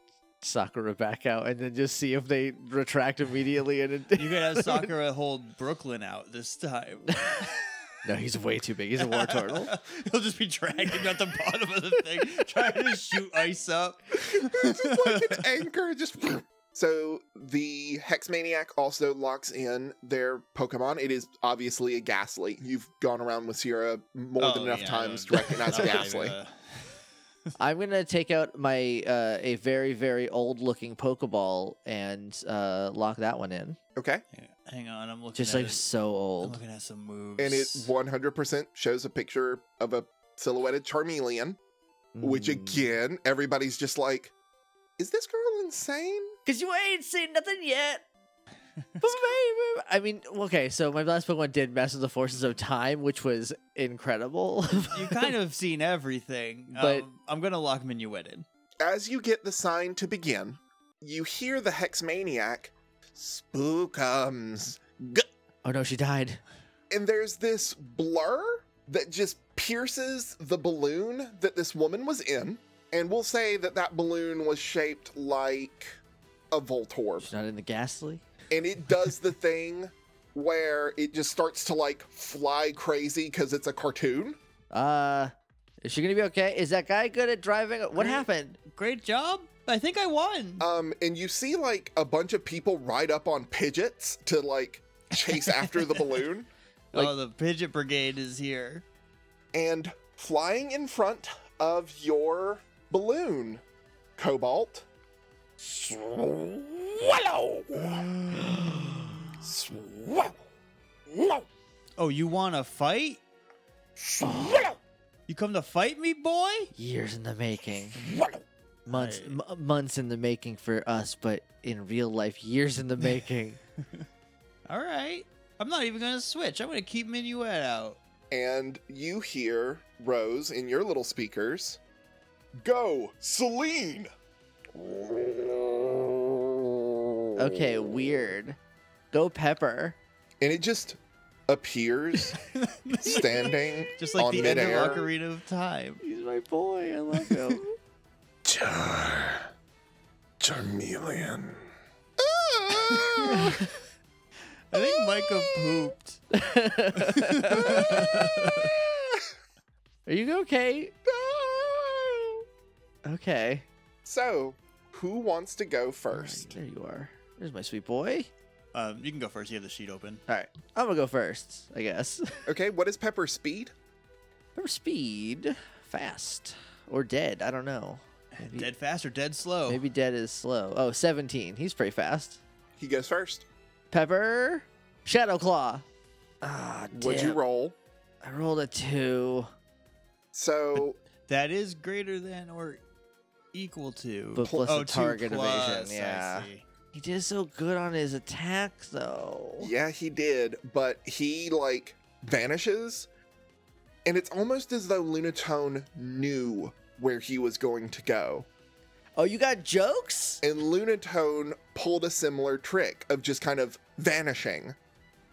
[SPEAKER 1] Sakura back out and then just see if they retract immediately. And it...
[SPEAKER 2] You could have Sakura hold Brooklyn out this time.
[SPEAKER 1] no, he's way too big. He's a war turtle.
[SPEAKER 2] He'll just be dragging at the bottom of the thing, trying to shoot ice up.
[SPEAKER 3] It's just like an anchor just so the hex maniac also locks in their pokemon it is obviously a ghastly you've gone around with sierra more
[SPEAKER 2] Oh,
[SPEAKER 3] than enough
[SPEAKER 2] yeah,
[SPEAKER 3] times
[SPEAKER 2] no,
[SPEAKER 3] to
[SPEAKER 2] not
[SPEAKER 3] recognize a
[SPEAKER 2] really,
[SPEAKER 3] ghastly
[SPEAKER 2] uh,
[SPEAKER 1] I'm gonna take out my uh, a very very old looking Pokeball and uh, lock that one in.
[SPEAKER 3] okay
[SPEAKER 2] Hang on, I'm looking
[SPEAKER 1] Just
[SPEAKER 2] at
[SPEAKER 1] like
[SPEAKER 2] it.
[SPEAKER 1] so
[SPEAKER 2] I'm
[SPEAKER 1] old.
[SPEAKER 2] looking at some moves.
[SPEAKER 3] and it 100% shows a picture of a silhouetted charmeleon which
[SPEAKER 1] Mm.
[SPEAKER 3] again everybody's just like is this girl insane
[SPEAKER 1] Cause you ain't seen nothing yet. But baby- I mean, okay, so my last Pokemon did mess with the forces of time, which was incredible.
[SPEAKER 2] you kind of seen everything,
[SPEAKER 1] But-
[SPEAKER 2] um, I'm gonna lock Minuet in.
[SPEAKER 3] as you get the sign to begin you hear the hex maniac spookums
[SPEAKER 1] oh no, she died.
[SPEAKER 3] and there's this blur that just pierces the balloon that this woman was in and we'll say that that balloon was shaped like a
[SPEAKER 1] She's
[SPEAKER 3] voltorb
[SPEAKER 1] not in the ghastly.
[SPEAKER 3] and it does the thing where it just starts to like fly crazy because it's a cartoon
[SPEAKER 1] Uh, is she gonna be okay? Is that guy good at driving? What
[SPEAKER 2] Great.
[SPEAKER 1] happened?
[SPEAKER 2] Great job! I think I won.
[SPEAKER 3] um and you see like a bunch of people ride up on pidgets to like chase after the balloon
[SPEAKER 1] like-
[SPEAKER 2] oh, the Pidget Brigade is here.
[SPEAKER 3] and flying in front of your balloon, Cobalt. Swallow! Swallow! No!
[SPEAKER 2] Oh, you want to fight?
[SPEAKER 3] Swallow!
[SPEAKER 2] You come to fight me, boy?
[SPEAKER 1] Years in the making,
[SPEAKER 3] Swallow!
[SPEAKER 1] months,
[SPEAKER 2] I-
[SPEAKER 1] m- months in the making for us, but in real life, years in the making.
[SPEAKER 2] All right. I'm not even going to switch. I'm going to keep Minuet out.
[SPEAKER 3] And you hear, Rose, in your little speakers, Go, Celine!
[SPEAKER 1] okay, weird. Go Pepper.
[SPEAKER 3] And it just appears standing
[SPEAKER 2] Just like
[SPEAKER 3] on
[SPEAKER 2] the end
[SPEAKER 3] midair.
[SPEAKER 2] of Ocarina of Time.
[SPEAKER 1] He's my boy. I love him.
[SPEAKER 3] Char. Charmeleon.
[SPEAKER 2] I think Micah pooped.
[SPEAKER 1] Are you okay? Okay.
[SPEAKER 3] so, who wants to go first?
[SPEAKER 1] There you are. There's my sweet boy.
[SPEAKER 2] Um, you can go first. You have the sheet open.
[SPEAKER 1] All right, I'm gonna go first, I guess.
[SPEAKER 3] Okay, what is Pepper's speed?
[SPEAKER 1] Remember speed, fast, or dead? I don't know. Maybe,
[SPEAKER 2] Dead fast or dead
[SPEAKER 3] Oh.
[SPEAKER 2] slow?
[SPEAKER 1] Maybe dead is slow. Oh, 17. He's pretty fast.
[SPEAKER 3] He goes first.
[SPEAKER 1] Pepper, Shadow Claw. Ah,
[SPEAKER 3] Would you
[SPEAKER 1] damn.
[SPEAKER 3] roll?
[SPEAKER 1] I rolled a two,
[SPEAKER 3] So,
[SPEAKER 2] That is greater than or equal to.
[SPEAKER 1] but plus
[SPEAKER 2] oh,
[SPEAKER 1] a
[SPEAKER 2] two
[SPEAKER 1] target
[SPEAKER 2] plus, I
[SPEAKER 1] evasion. Yeah,
[SPEAKER 2] see.
[SPEAKER 1] he did so good on his attacks though.
[SPEAKER 3] yeah, he did, but he like vanishes. And it's almost as though Lunatone knew where he was going to go.
[SPEAKER 1] Oh, you got jokes?
[SPEAKER 3] And Lunatone pulled a similar trick of just kind of vanishing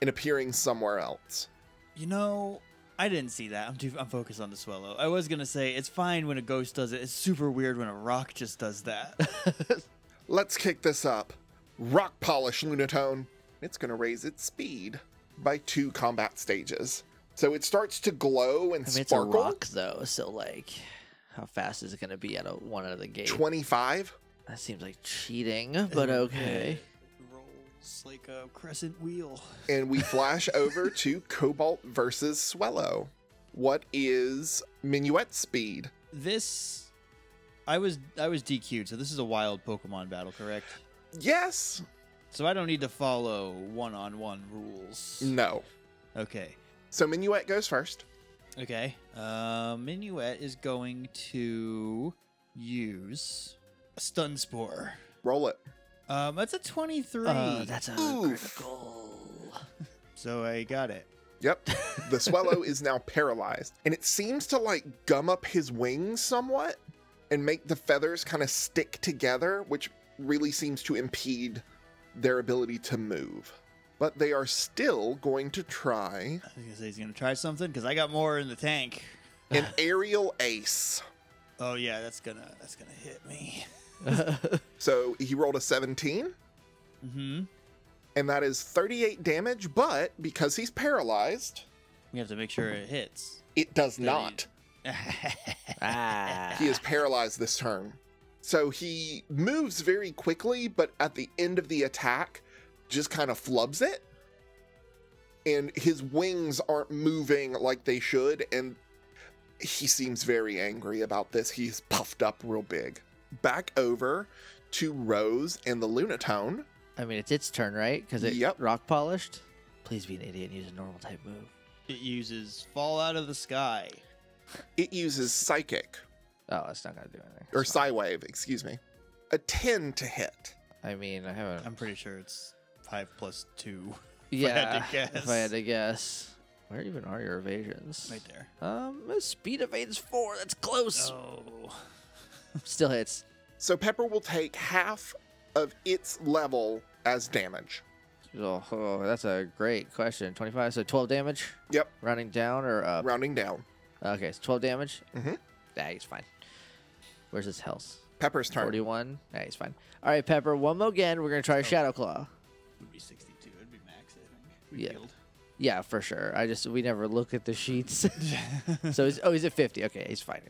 [SPEAKER 3] and appearing somewhere else.
[SPEAKER 2] You know, I didn't see that. I'm too. I'm focused on the swallow. I was gonna say it's fine when a ghost does it. It's super weird when a rock just does that.
[SPEAKER 3] Let's kick this up. Rock polish Lunatone. It's going to raise its speed by two combat stages. So it starts to glow and
[SPEAKER 1] I mean, it's a
[SPEAKER 3] sparkle.
[SPEAKER 1] rock though, so like, how fast is it gonna be out of one out of the gate?
[SPEAKER 3] 25.
[SPEAKER 1] That seems like cheating, but okay.
[SPEAKER 2] Rolls like a crescent wheel.
[SPEAKER 3] And we flash over to Cobalt versus Swellow. What is Minuet speed?
[SPEAKER 2] This, I was I was DQ'd. So this is a wild Pokemon battle, correct?
[SPEAKER 3] Yes.
[SPEAKER 2] So I don't need to follow one on one rules.
[SPEAKER 1] Mm.
[SPEAKER 3] No.
[SPEAKER 2] Okay.
[SPEAKER 3] So Minuet goes first.
[SPEAKER 2] Okay. Uh, Minuet is going to use Stun Spore.
[SPEAKER 3] Roll it.
[SPEAKER 2] Um, that's a 23.
[SPEAKER 1] Uh, that's a
[SPEAKER 3] Oof.
[SPEAKER 1] critical.
[SPEAKER 2] so I got it.
[SPEAKER 3] Yep. The swallow is now paralyzed, and it seems to like gum up his wings somewhat and make the feathers kind of stick together, which really seems to impede their ability to move. But they are still going to try
[SPEAKER 2] I was gonna say he's gonna try something because I got more in the tank.
[SPEAKER 3] an aerial ace.
[SPEAKER 2] Oh yeah, that's gonna that's gonna hit me.
[SPEAKER 3] So he rolled a 17,
[SPEAKER 2] Mm-hmm.
[SPEAKER 3] and that is 38 damage, but because he's paralyzed,
[SPEAKER 2] We have to make sure it hits.
[SPEAKER 3] it does
[SPEAKER 2] Thirty.
[SPEAKER 3] not.
[SPEAKER 1] ah.
[SPEAKER 3] He is paralyzed this turn. So he moves very quickly, but at the end of the attack, just kind of flubs it. And his wings aren't moving like they should. And he seems very angry about this. He's puffed up real big. Back over to Rose and the Lunatone.
[SPEAKER 1] I mean, it's its turn, right? Because it
[SPEAKER 3] Yep.
[SPEAKER 1] rock polished. Please be an idiot and use a normal type move.
[SPEAKER 2] It uses fall out of the sky.
[SPEAKER 3] It uses Psychic,
[SPEAKER 1] Oh, that's not gonna do anything.
[SPEAKER 3] or
[SPEAKER 1] It's fine.
[SPEAKER 3] Psywave, excuse me. A 10 to hit.
[SPEAKER 1] I mean, I haven't.
[SPEAKER 2] I'm pretty sure it's five plus two.
[SPEAKER 1] yeah,
[SPEAKER 2] had to
[SPEAKER 1] if I had
[SPEAKER 2] guess.
[SPEAKER 1] to guess, where even are your evasions?
[SPEAKER 2] Right there.
[SPEAKER 1] Um, speed evades four. That's close.
[SPEAKER 2] Oh.
[SPEAKER 1] Still hits.
[SPEAKER 3] So Pepper will take half of its level as damage.
[SPEAKER 1] Oh, oh, that's a great question. 25, so 12 damage?
[SPEAKER 3] Yep.
[SPEAKER 1] Rounding down or up?
[SPEAKER 3] Rounding down.
[SPEAKER 1] okay, so 12 damage?
[SPEAKER 3] Mhm.
[SPEAKER 1] Nah, he's fine. Where's his health?
[SPEAKER 3] Pepper's turn.
[SPEAKER 1] 41? Nah, he's fine. All right, Pepper, one more again. We're going to try Shadow Claw.
[SPEAKER 2] Would be sixty-two. It'd be max. I think.
[SPEAKER 1] We Yeah. killed. Yeah, for sure. I just, we never look at the sheets. so, he's, oh, he's at 50. Okay, he's fine.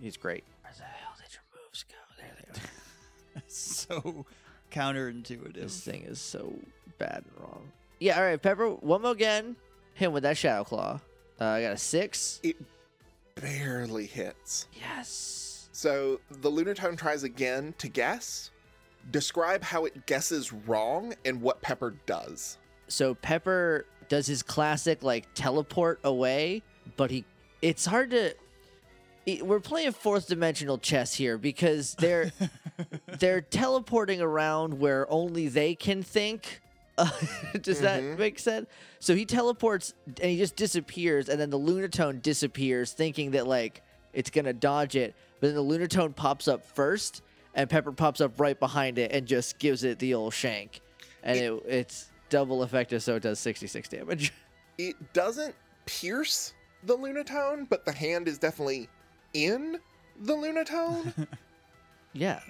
[SPEAKER 1] He's great. Where the hell did your moves go? There they are.
[SPEAKER 2] so counterintuitive.
[SPEAKER 1] this thing is so bad and wrong. Yeah, all right, Pepper, one more again. Him with that Shadow Claw. Uh, I got a six.
[SPEAKER 3] barely hits.
[SPEAKER 1] Yes.
[SPEAKER 3] So the Lunatone tries again to guess. Describe how it guesses wrong and what Pepper does.
[SPEAKER 1] So Pepper does his classic like teleport away, but he it's hard to it- we're playing fourth dimensional chess here because they're they're teleporting around where only they can think. Uh, does
[SPEAKER 3] Mhm.
[SPEAKER 1] that make sense? So he teleports and he just disappears, and then the Lunatone disappears, thinking that like it's gonna dodge it. But then the Lunatone pops up first, and Pepper pops up right behind it and just gives it the old shank, and it, it's double effective, so it does sixty six damage.
[SPEAKER 3] It doesn't pierce the Lunatone, but the hand is definitely in the Lunatone.
[SPEAKER 1] yeah,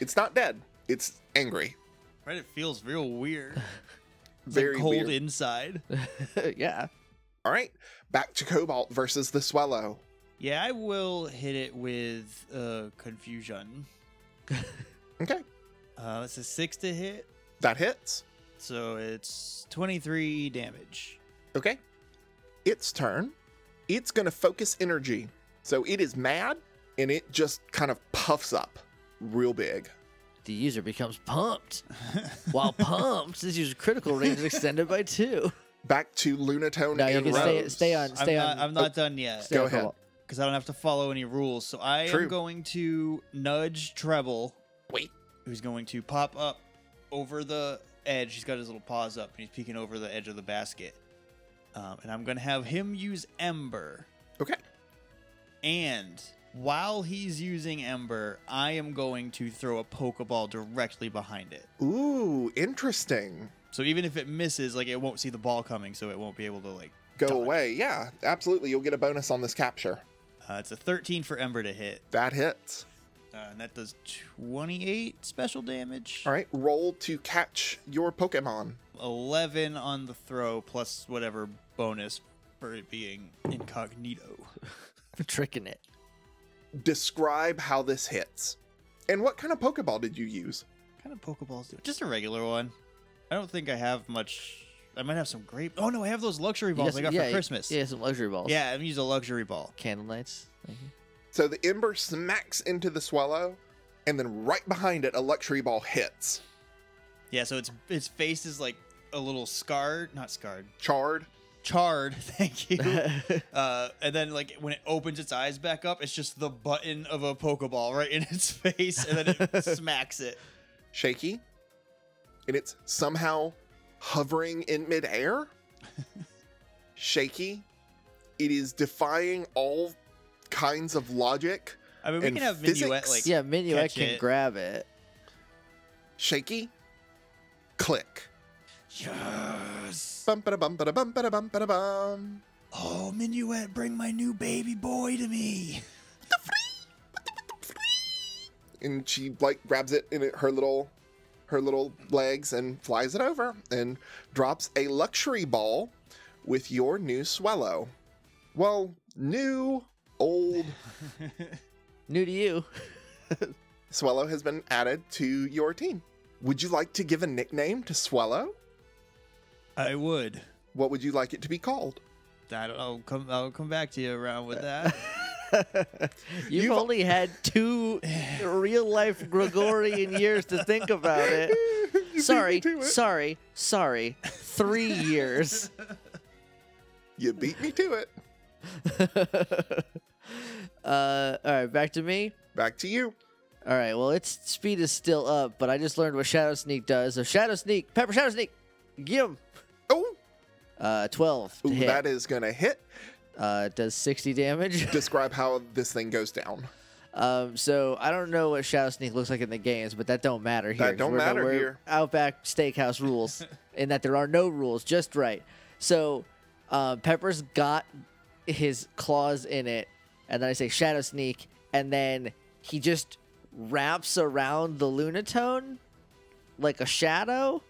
[SPEAKER 3] it's not dead. It's angry.
[SPEAKER 2] Right, it feels real weird. It's like
[SPEAKER 3] Very
[SPEAKER 2] cold
[SPEAKER 3] weird.
[SPEAKER 2] inside.
[SPEAKER 1] yeah.
[SPEAKER 3] All right, back to Cobalt versus the Swellow.
[SPEAKER 2] Yeah, I will hit it with uh, confusion.
[SPEAKER 3] Okay,
[SPEAKER 2] Uh, it's a six to hit,
[SPEAKER 3] that hits.
[SPEAKER 2] so it's twenty-three damage.
[SPEAKER 3] Okay. Its turn. It's going to focus energy. So it is mad and it just kind of puffs up real big.
[SPEAKER 1] The user becomes pumped. While pumped, this user's critical range is extended by two.
[SPEAKER 3] Back to Lunatone
[SPEAKER 1] No, you
[SPEAKER 3] and
[SPEAKER 1] can stay,
[SPEAKER 3] Rose.
[SPEAKER 1] stay on. Stay
[SPEAKER 2] I'm
[SPEAKER 1] on.
[SPEAKER 2] not, I'm not done yet
[SPEAKER 1] stay
[SPEAKER 3] Go
[SPEAKER 1] on
[SPEAKER 3] ahead.
[SPEAKER 1] Cobalt.
[SPEAKER 2] because I don't have to follow any rules. So I
[SPEAKER 3] True.
[SPEAKER 2] am going to nudge Treble,
[SPEAKER 3] Wait.
[SPEAKER 2] who's going to pop up over the edge. He's got his little paws up and he's peeking over the edge of the basket. Um, and I'm going to have him use Ember.
[SPEAKER 3] Okay.
[SPEAKER 2] And while he's using Ember, I am going to throw a Pokeball directly behind it.
[SPEAKER 3] Ooh, interesting.
[SPEAKER 2] So even if it misses, like it won't see the ball coming, so it won't be able to like.
[SPEAKER 3] Go
[SPEAKER 2] Dodge.
[SPEAKER 3] away. Yeah, absolutely. You'll get a bonus on this capture.
[SPEAKER 2] Uh, it's a 13 for Ember to hit,
[SPEAKER 3] That hits.
[SPEAKER 2] uh, and that does 28 special damage.
[SPEAKER 3] All right, roll to catch your Pokemon.
[SPEAKER 2] 11 on the throw plus whatever bonus for it being incognito.
[SPEAKER 1] For tricking it.
[SPEAKER 3] Describe how this hits. And what kind of Pokeball did you use?
[SPEAKER 2] What kind of Pokeballs do? Just a regular one. I don't think I have much. I might have some grape. Oh no, I have those luxury
[SPEAKER 1] You
[SPEAKER 2] balls
[SPEAKER 1] got
[SPEAKER 2] I
[SPEAKER 1] some-
[SPEAKER 2] got
[SPEAKER 1] yeah,
[SPEAKER 2] for Christmas.
[SPEAKER 1] Yeah, some luxury balls.
[SPEAKER 2] Yeah, I'm gonna use a luxury ball.
[SPEAKER 1] Candle lights. Thank you.
[SPEAKER 3] So the Ember smacks into the Swallow, and then right behind it, a Luxury Ball hits.
[SPEAKER 2] Yeah, so its its face is like a little scarred, not scarred,
[SPEAKER 3] Charred.
[SPEAKER 2] charred. Thank you. uh, and then like when it opens its eyes back up, it's just the button of a Pokeball right in its face, and then it smacks it.
[SPEAKER 3] shaky, and it's somehow hovering in midair. shaky. It is defying all kinds of logic.
[SPEAKER 2] I mean, we
[SPEAKER 3] And
[SPEAKER 2] can have
[SPEAKER 3] physics?
[SPEAKER 2] Minuet like
[SPEAKER 1] yeah, Minuet
[SPEAKER 2] Catch
[SPEAKER 1] can
[SPEAKER 2] it.
[SPEAKER 1] grab it.
[SPEAKER 3] Shaky. Click.
[SPEAKER 2] Yes.
[SPEAKER 3] Bum ba bum ba bum ba bum ba bum.
[SPEAKER 2] Oh, Minuet, bring my new baby boy to me.
[SPEAKER 3] And she like grabs it in her little her little legs and flies it over and drops a luxury ball with your new swellow. Well, new old
[SPEAKER 1] New to you.
[SPEAKER 3] Swellow has been added to your team. Would you like to give a nickname to Swellow?
[SPEAKER 2] I would.
[SPEAKER 3] What would you like it to be called?
[SPEAKER 2] I don't, I'll come. I'll come back to you around with that.
[SPEAKER 1] You've, only had two real life Gregorian years to think about it. Sorry,
[SPEAKER 3] to it.
[SPEAKER 1] sorry, sorry. Three years.
[SPEAKER 3] You beat me to it.
[SPEAKER 1] uh, all right, back to me.
[SPEAKER 3] Back to you.
[SPEAKER 1] All right, well, its speed is still up, but I just learned what Shadow Sneak does. So Shadow Sneak, Pepper Shadow Sneak, give him
[SPEAKER 3] Oh,
[SPEAKER 1] uh, 12 to
[SPEAKER 3] ooh,
[SPEAKER 1] hit.
[SPEAKER 3] that is going to hit.
[SPEAKER 1] uh, does 60 damage.
[SPEAKER 3] Describe how this thing goes down.
[SPEAKER 1] Um, so I don't know what Shadow Sneak looks like in the games, but that don't matter here.
[SPEAKER 3] That don't
[SPEAKER 1] 'cause we're-
[SPEAKER 3] matter
[SPEAKER 1] we're
[SPEAKER 3] here.
[SPEAKER 1] Outback Steakhouse rules, in that there are no rules, just right. So uh, Pepper's got his claws in it, and then I say Shadow Sneak, and then he just wraps around the Lunatone like a shadow,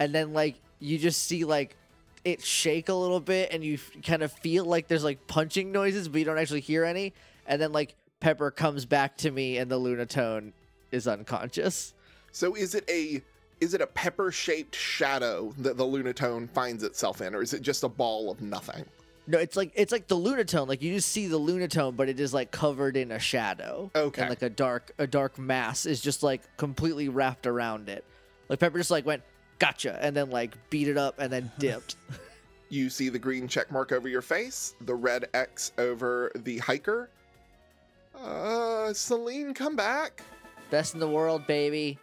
[SPEAKER 1] and then like you just see like it shake a little bit, and you kind of feel like there's like punching noises, but you don't actually hear any. And then like Pepper comes back to me, and the Lunatone is unconscious.
[SPEAKER 3] So is it a Is it a pepper shaped shadow that the Lunatone finds itself in, or is it just a ball of nothing?
[SPEAKER 1] No, it's like it's like the lunatone. Like you just see the lunatone, but it is like covered in a shadow.
[SPEAKER 3] Okay.
[SPEAKER 1] And like a dark a dark mass is just like completely wrapped around it. Like Pepper just like went, gotcha, and then like beat it up and then dipped.
[SPEAKER 3] You see the green check mark over your face, the red X over the hiker. Uh, Celine, come back.
[SPEAKER 1] Best in the world, baby.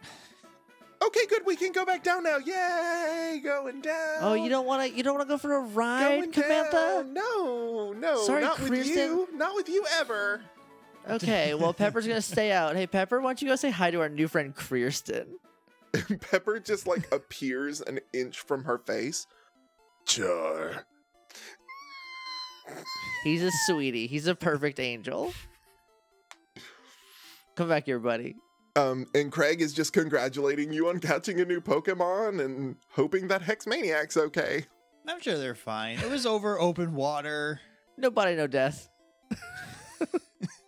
[SPEAKER 3] Okay, good. We can go back down now. Yay, going down.
[SPEAKER 1] Oh, you don't wanna you don't wanna go for a ride,
[SPEAKER 3] going
[SPEAKER 1] Samantha?
[SPEAKER 3] down. No, no,
[SPEAKER 1] Sorry,
[SPEAKER 3] not with
[SPEAKER 1] Kristen.
[SPEAKER 3] you. Not with you ever.
[SPEAKER 1] Okay, well Pepper's gonna stay out. Hey Pepper, why don't you go say hi to our new friend Kristen?
[SPEAKER 3] Pepper just like appears an inch from her face. Char.
[SPEAKER 1] He's a sweetie. He's a perfect angel. Come back here, buddy.
[SPEAKER 3] Um, and Craig is just congratulating you on catching a new Pokemon and hoping that Hex Maniac's okay.
[SPEAKER 2] I'm sure they're fine. It was over open water.
[SPEAKER 1] No body, no death.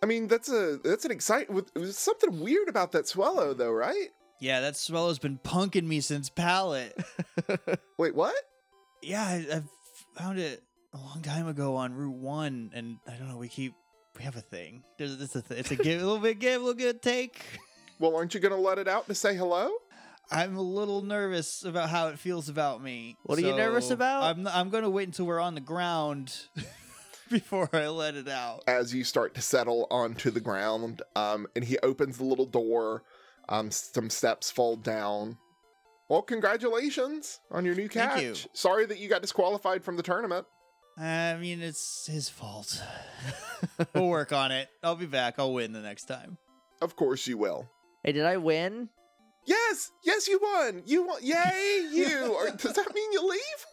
[SPEAKER 3] I mean, that's a that's an exciting. With there's something weird about that swallow, though, right?
[SPEAKER 2] Yeah, that swallow's been punking me since pallet.
[SPEAKER 3] Wait, what?
[SPEAKER 2] yeah, I, I found it a long time ago on Route One, and I don't know. We keep we have a thing. There's this a th- it's a give a little bit give, a little bit take.
[SPEAKER 3] Well, aren't you gonna let it out to say hello?
[SPEAKER 2] I'm a little nervous about how it feels about me.
[SPEAKER 1] What are you nervous
[SPEAKER 2] so
[SPEAKER 1] about?
[SPEAKER 2] I'm I'm going to wait until we're on the ground before I let it out.
[SPEAKER 3] As you start to settle onto the ground, um, and he opens the little door, um, some steps fold down. Well, congratulations on your new catch.
[SPEAKER 2] Thank you.
[SPEAKER 3] Sorry that you got disqualified from the tournament.
[SPEAKER 2] I mean, it's his fault. we'll work on it. I'll be back. I'll win the next time.
[SPEAKER 3] Of course you will.
[SPEAKER 1] Hey, did I win?
[SPEAKER 3] Yes, yes, you won. You won. Yay, you. Are, does that mean you leave?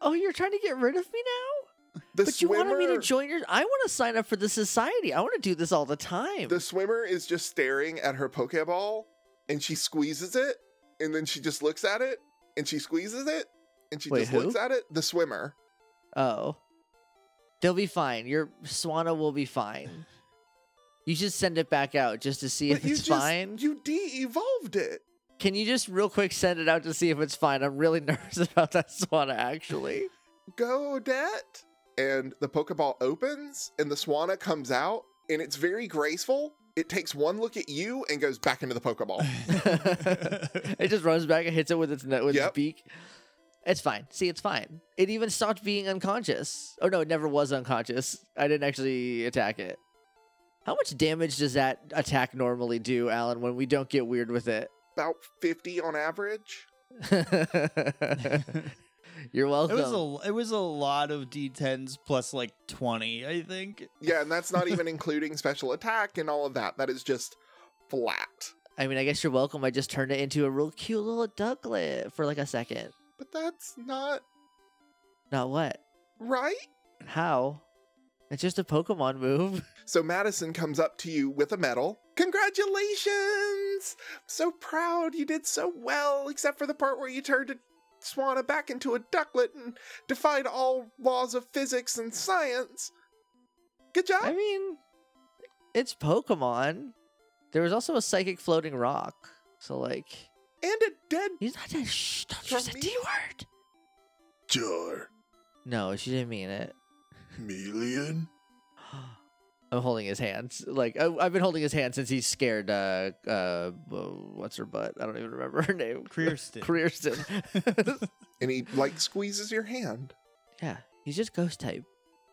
[SPEAKER 1] Oh, you're trying to get rid of me now?
[SPEAKER 3] The
[SPEAKER 1] but you wanted me to
[SPEAKER 3] swimmer-
[SPEAKER 1] join your. I want to sign up for the society. I want to do this all the time.
[SPEAKER 3] The swimmer is just staring at her Pokeball and she squeezes it and then she just looks at it and she squeezes it and she
[SPEAKER 1] Wait,
[SPEAKER 3] just
[SPEAKER 1] who?
[SPEAKER 3] looks at it. The swimmer.
[SPEAKER 1] oh, they'll be fine. Your Swana will be fine. You should send it back out just to see if
[SPEAKER 3] you
[SPEAKER 1] it's
[SPEAKER 3] just
[SPEAKER 1] fine.
[SPEAKER 3] you de evolved it.
[SPEAKER 1] Can you just real quick send it out to see if it's fine? I'm really nervous about that Swana actually.
[SPEAKER 3] Go Odette. And the Pokeball opens and the Swana comes out and it's very graceful. It takes one look at you and goes back into the
[SPEAKER 1] Oh.
[SPEAKER 3] Pokeball.
[SPEAKER 1] it just runs back and hits it with its net with
[SPEAKER 3] Yep.
[SPEAKER 1] its beak. It's fine. See, it's fine. It even stopped being unconscious. Oh no, it never was unconscious. I didn't actually attack it. How much damage does that attack normally do, Alan, when we don't get weird with it?
[SPEAKER 3] About 50 on average.
[SPEAKER 1] You're
[SPEAKER 2] It
[SPEAKER 1] welcome.
[SPEAKER 2] was a it was a lot of d10s plus like 20, I think.
[SPEAKER 3] Yeah, and that's not even including special attack and all of that. That is just flat.
[SPEAKER 1] I mean, I guess you're welcome. I just turned it into a real cute little ducklet for like a second.
[SPEAKER 3] But that's not
[SPEAKER 1] Not what?
[SPEAKER 3] right.
[SPEAKER 1] How? It's just a Pokemon move.
[SPEAKER 3] So Madison comes up to you with a medal. Congratulations! I'm so proud you did so well, except for the part where you turned a Swana back into a ducklet and defied all laws of physics and science. Good job.
[SPEAKER 1] I mean, it's Pokemon. There was also a psychic floating rock. So like,
[SPEAKER 3] and a dead
[SPEAKER 1] he's not that. Shh, don't
[SPEAKER 3] For
[SPEAKER 1] use the
[SPEAKER 3] me?
[SPEAKER 1] D word.
[SPEAKER 3] jar.
[SPEAKER 1] No, she didn't mean it.
[SPEAKER 3] Melian?
[SPEAKER 1] I'm holding his hands. Like I, I've been holding his hand since he scared. Uh, uh, what's her butt? I don't even remember her name.
[SPEAKER 2] Kristen.
[SPEAKER 1] Kristen.
[SPEAKER 3] And he like squeezes your hand.
[SPEAKER 1] yeah, he's just ghost type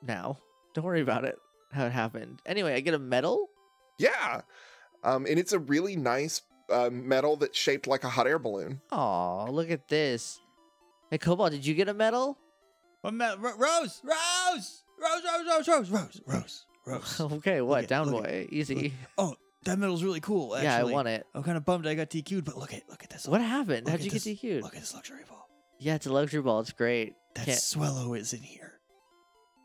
[SPEAKER 1] now. Don't worry about it. How it happened. Anyway, I get a medal.
[SPEAKER 3] Yeah. Um, and it's a really nice uh, medal that's shaped like a hot air balloon.
[SPEAKER 1] Aw, look at this. Hey, Cobalt, did you get a medal?
[SPEAKER 2] What ma- Ro- Rose, Rose, Rose, Rose, Rose, Rose, Rose, Rose, Rose.
[SPEAKER 1] okay, what?
[SPEAKER 2] at-
[SPEAKER 1] Down
[SPEAKER 2] look at-
[SPEAKER 1] boy. Easy.
[SPEAKER 2] Oh, that medal's really cool. Actually.
[SPEAKER 1] Yeah, I want it.
[SPEAKER 2] I'm kind of bummed I got DQ'd, but look at look at this.
[SPEAKER 1] What happened?
[SPEAKER 2] Look
[SPEAKER 1] How'd
[SPEAKER 2] at
[SPEAKER 1] you get
[SPEAKER 2] this-
[SPEAKER 1] DQ'd?
[SPEAKER 2] Look at this luxury ball.
[SPEAKER 1] Yeah, it's a luxury ball. It's great.
[SPEAKER 2] That
[SPEAKER 1] Can't-
[SPEAKER 2] Swellow is in here.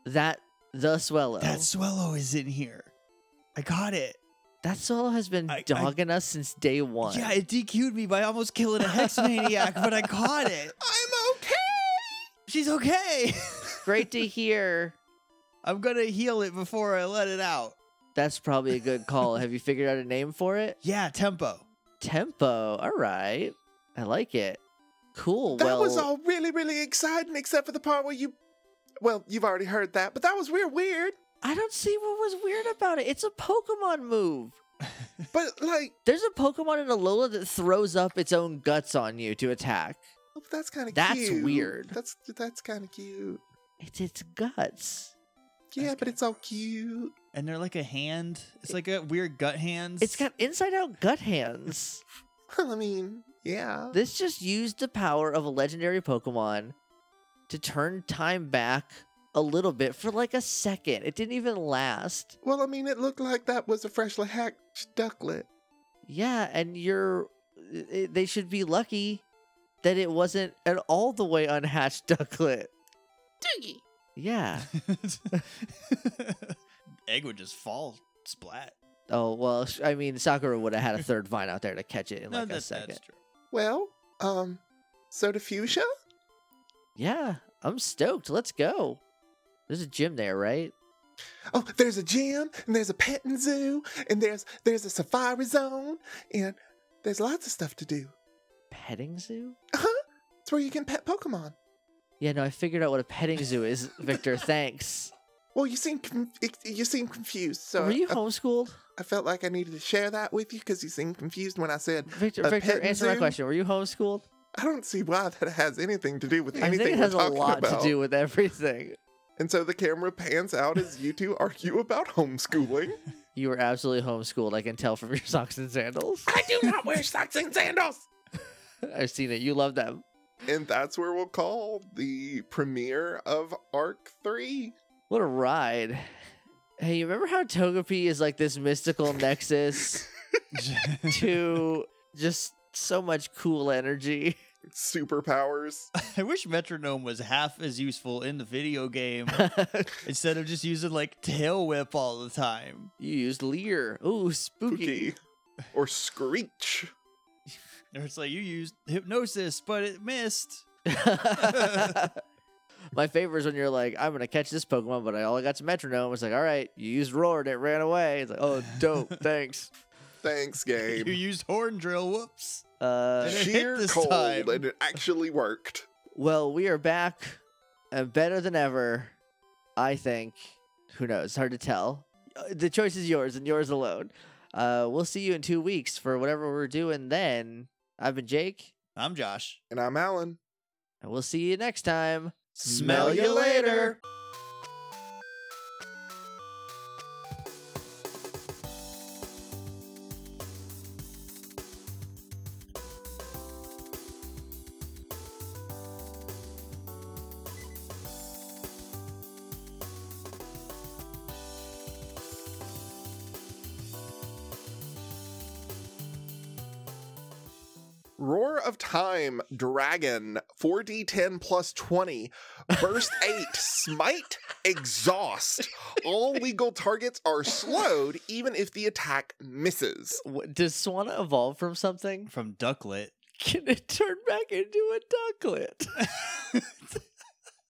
[SPEAKER 1] That the swallow.
[SPEAKER 2] That Swellow is in here. I got it.
[SPEAKER 1] that swallow has been
[SPEAKER 2] I- I-
[SPEAKER 1] dogging us since day one.
[SPEAKER 2] Yeah, it DQ'd me by almost killing a hex maniac, but I caught it.
[SPEAKER 3] I'm okay!
[SPEAKER 2] She's okay.
[SPEAKER 1] great to hear.
[SPEAKER 2] I'm gonna heal it before I let it out.
[SPEAKER 1] That's probably a good call. Have you figured out a name for it?
[SPEAKER 2] Yeah, tempo.
[SPEAKER 1] Tempo. All right, I like it. Cool.
[SPEAKER 3] That
[SPEAKER 1] well,
[SPEAKER 3] was all really, really exciting, except for the part where you. Well, you've already heard that, but that was real weird.
[SPEAKER 1] I don't see what was weird about it. It's a Pokemon move.
[SPEAKER 3] But, like,
[SPEAKER 1] There's a Pokemon in Alola that throws up its own guts on you to attack.
[SPEAKER 3] that's kind of
[SPEAKER 1] That's
[SPEAKER 3] cute.
[SPEAKER 1] weird.
[SPEAKER 3] That's that's kind of cute.
[SPEAKER 1] It's its guts.
[SPEAKER 3] Yeah,
[SPEAKER 2] That's
[SPEAKER 3] but
[SPEAKER 2] kinda
[SPEAKER 3] it's all cute.
[SPEAKER 2] And they're like a hand. It's like a weird gut hands.
[SPEAKER 1] It's got inside out gut hands.
[SPEAKER 3] I mean, yeah.
[SPEAKER 1] This just used the power of a legendary Pokemon to turn time back a little bit for like a second. It didn't even last.
[SPEAKER 3] Well, I mean, it looked like that was a freshly hatched ducklet.
[SPEAKER 1] Yeah, and you're. i- They should be lucky that it wasn't an all the way unhatched ducklet.
[SPEAKER 4] Doogie.
[SPEAKER 1] Yeah.
[SPEAKER 2] Egg would just fall splat.
[SPEAKER 1] Oh, well, sh- I mean, Sakura would have had a third vine out there to catch it in
[SPEAKER 2] no,
[SPEAKER 1] like
[SPEAKER 2] that-
[SPEAKER 1] a second.
[SPEAKER 2] that's true.
[SPEAKER 3] Well, um, so to fuchsia?
[SPEAKER 1] Yeah, I'm stoked. Let's go. There's a gym there, right?
[SPEAKER 3] Oh, there's a gym, and there's a petting zoo, and there's there's a safari zone, and there's lots of stuff to do.
[SPEAKER 1] Petting zoo?
[SPEAKER 3] It's where you can pet Pokemon.
[SPEAKER 1] Yeah, no, I figured out what a petting zoo is, Victor. Thanks.
[SPEAKER 3] Well, you seem con- you seem confused, so
[SPEAKER 1] Were you
[SPEAKER 3] I,
[SPEAKER 1] homeschooled?
[SPEAKER 3] I felt like I needed to share that with you because you seemed confused when I said
[SPEAKER 1] Victor,
[SPEAKER 3] a
[SPEAKER 1] Victor,
[SPEAKER 3] petting
[SPEAKER 1] answer my
[SPEAKER 3] zoo?
[SPEAKER 1] question. Were you homeschooled?
[SPEAKER 3] I don't see why that has anything to do with
[SPEAKER 1] I
[SPEAKER 3] anything
[SPEAKER 1] think it has
[SPEAKER 3] we're
[SPEAKER 1] a
[SPEAKER 3] talking
[SPEAKER 1] lot
[SPEAKER 3] about.
[SPEAKER 1] to do with everything.
[SPEAKER 3] And so the camera pans out as you two argue about homeschooling.
[SPEAKER 1] You were absolutely homeschooled. I can tell from your socks and sandals.
[SPEAKER 3] I do not wear socks and sandals.
[SPEAKER 1] I've seen it. You love them.
[SPEAKER 3] And that's where we'll call the premiere of Arc 3.
[SPEAKER 1] What a ride. Hey, you remember how Togepi is like this mystical nexus to just so much cool energy?
[SPEAKER 3] Superpowers.
[SPEAKER 2] I wish Metronome was half as useful in the video game instead of just using like Tail Whip all the time.
[SPEAKER 1] you used Leer. Ooh, spooky.
[SPEAKER 3] Spooky. Or Screech.
[SPEAKER 2] Or it's like you used Hypnosis, but it missed.
[SPEAKER 1] My favorite is when you're like, I'm gonna catch this Pokemon, but I all I got's a metronome. It's like, all right, you used roar and it ran away. It's like, oh, dope, thanks.
[SPEAKER 3] Thanks, game.
[SPEAKER 2] You used Horn Drill, whoops.
[SPEAKER 1] Uh,
[SPEAKER 2] Did it hit
[SPEAKER 3] Sheer
[SPEAKER 2] this
[SPEAKER 3] cold,
[SPEAKER 2] time?
[SPEAKER 3] and it actually worked.
[SPEAKER 1] well, we are back and better than ever. I think. Who knows? Hard to tell. Uh, The choice is yours and yours alone. Uh, we'll see you in two weeks for whatever we're doing then. I've been Jake,
[SPEAKER 2] I'm Josh.
[SPEAKER 3] And I'm Alan.
[SPEAKER 1] and we'll see you next time.
[SPEAKER 2] Smell
[SPEAKER 1] ya
[SPEAKER 3] Roar of Time, Dragon, 4d10 plus 20, Burst 8, Smite, Exhaust. All legal targets are slowed even if the attack misses.
[SPEAKER 1] What, does Swana evolve from something?
[SPEAKER 2] From Ducklet.
[SPEAKER 1] Can it turn back into a ducklet?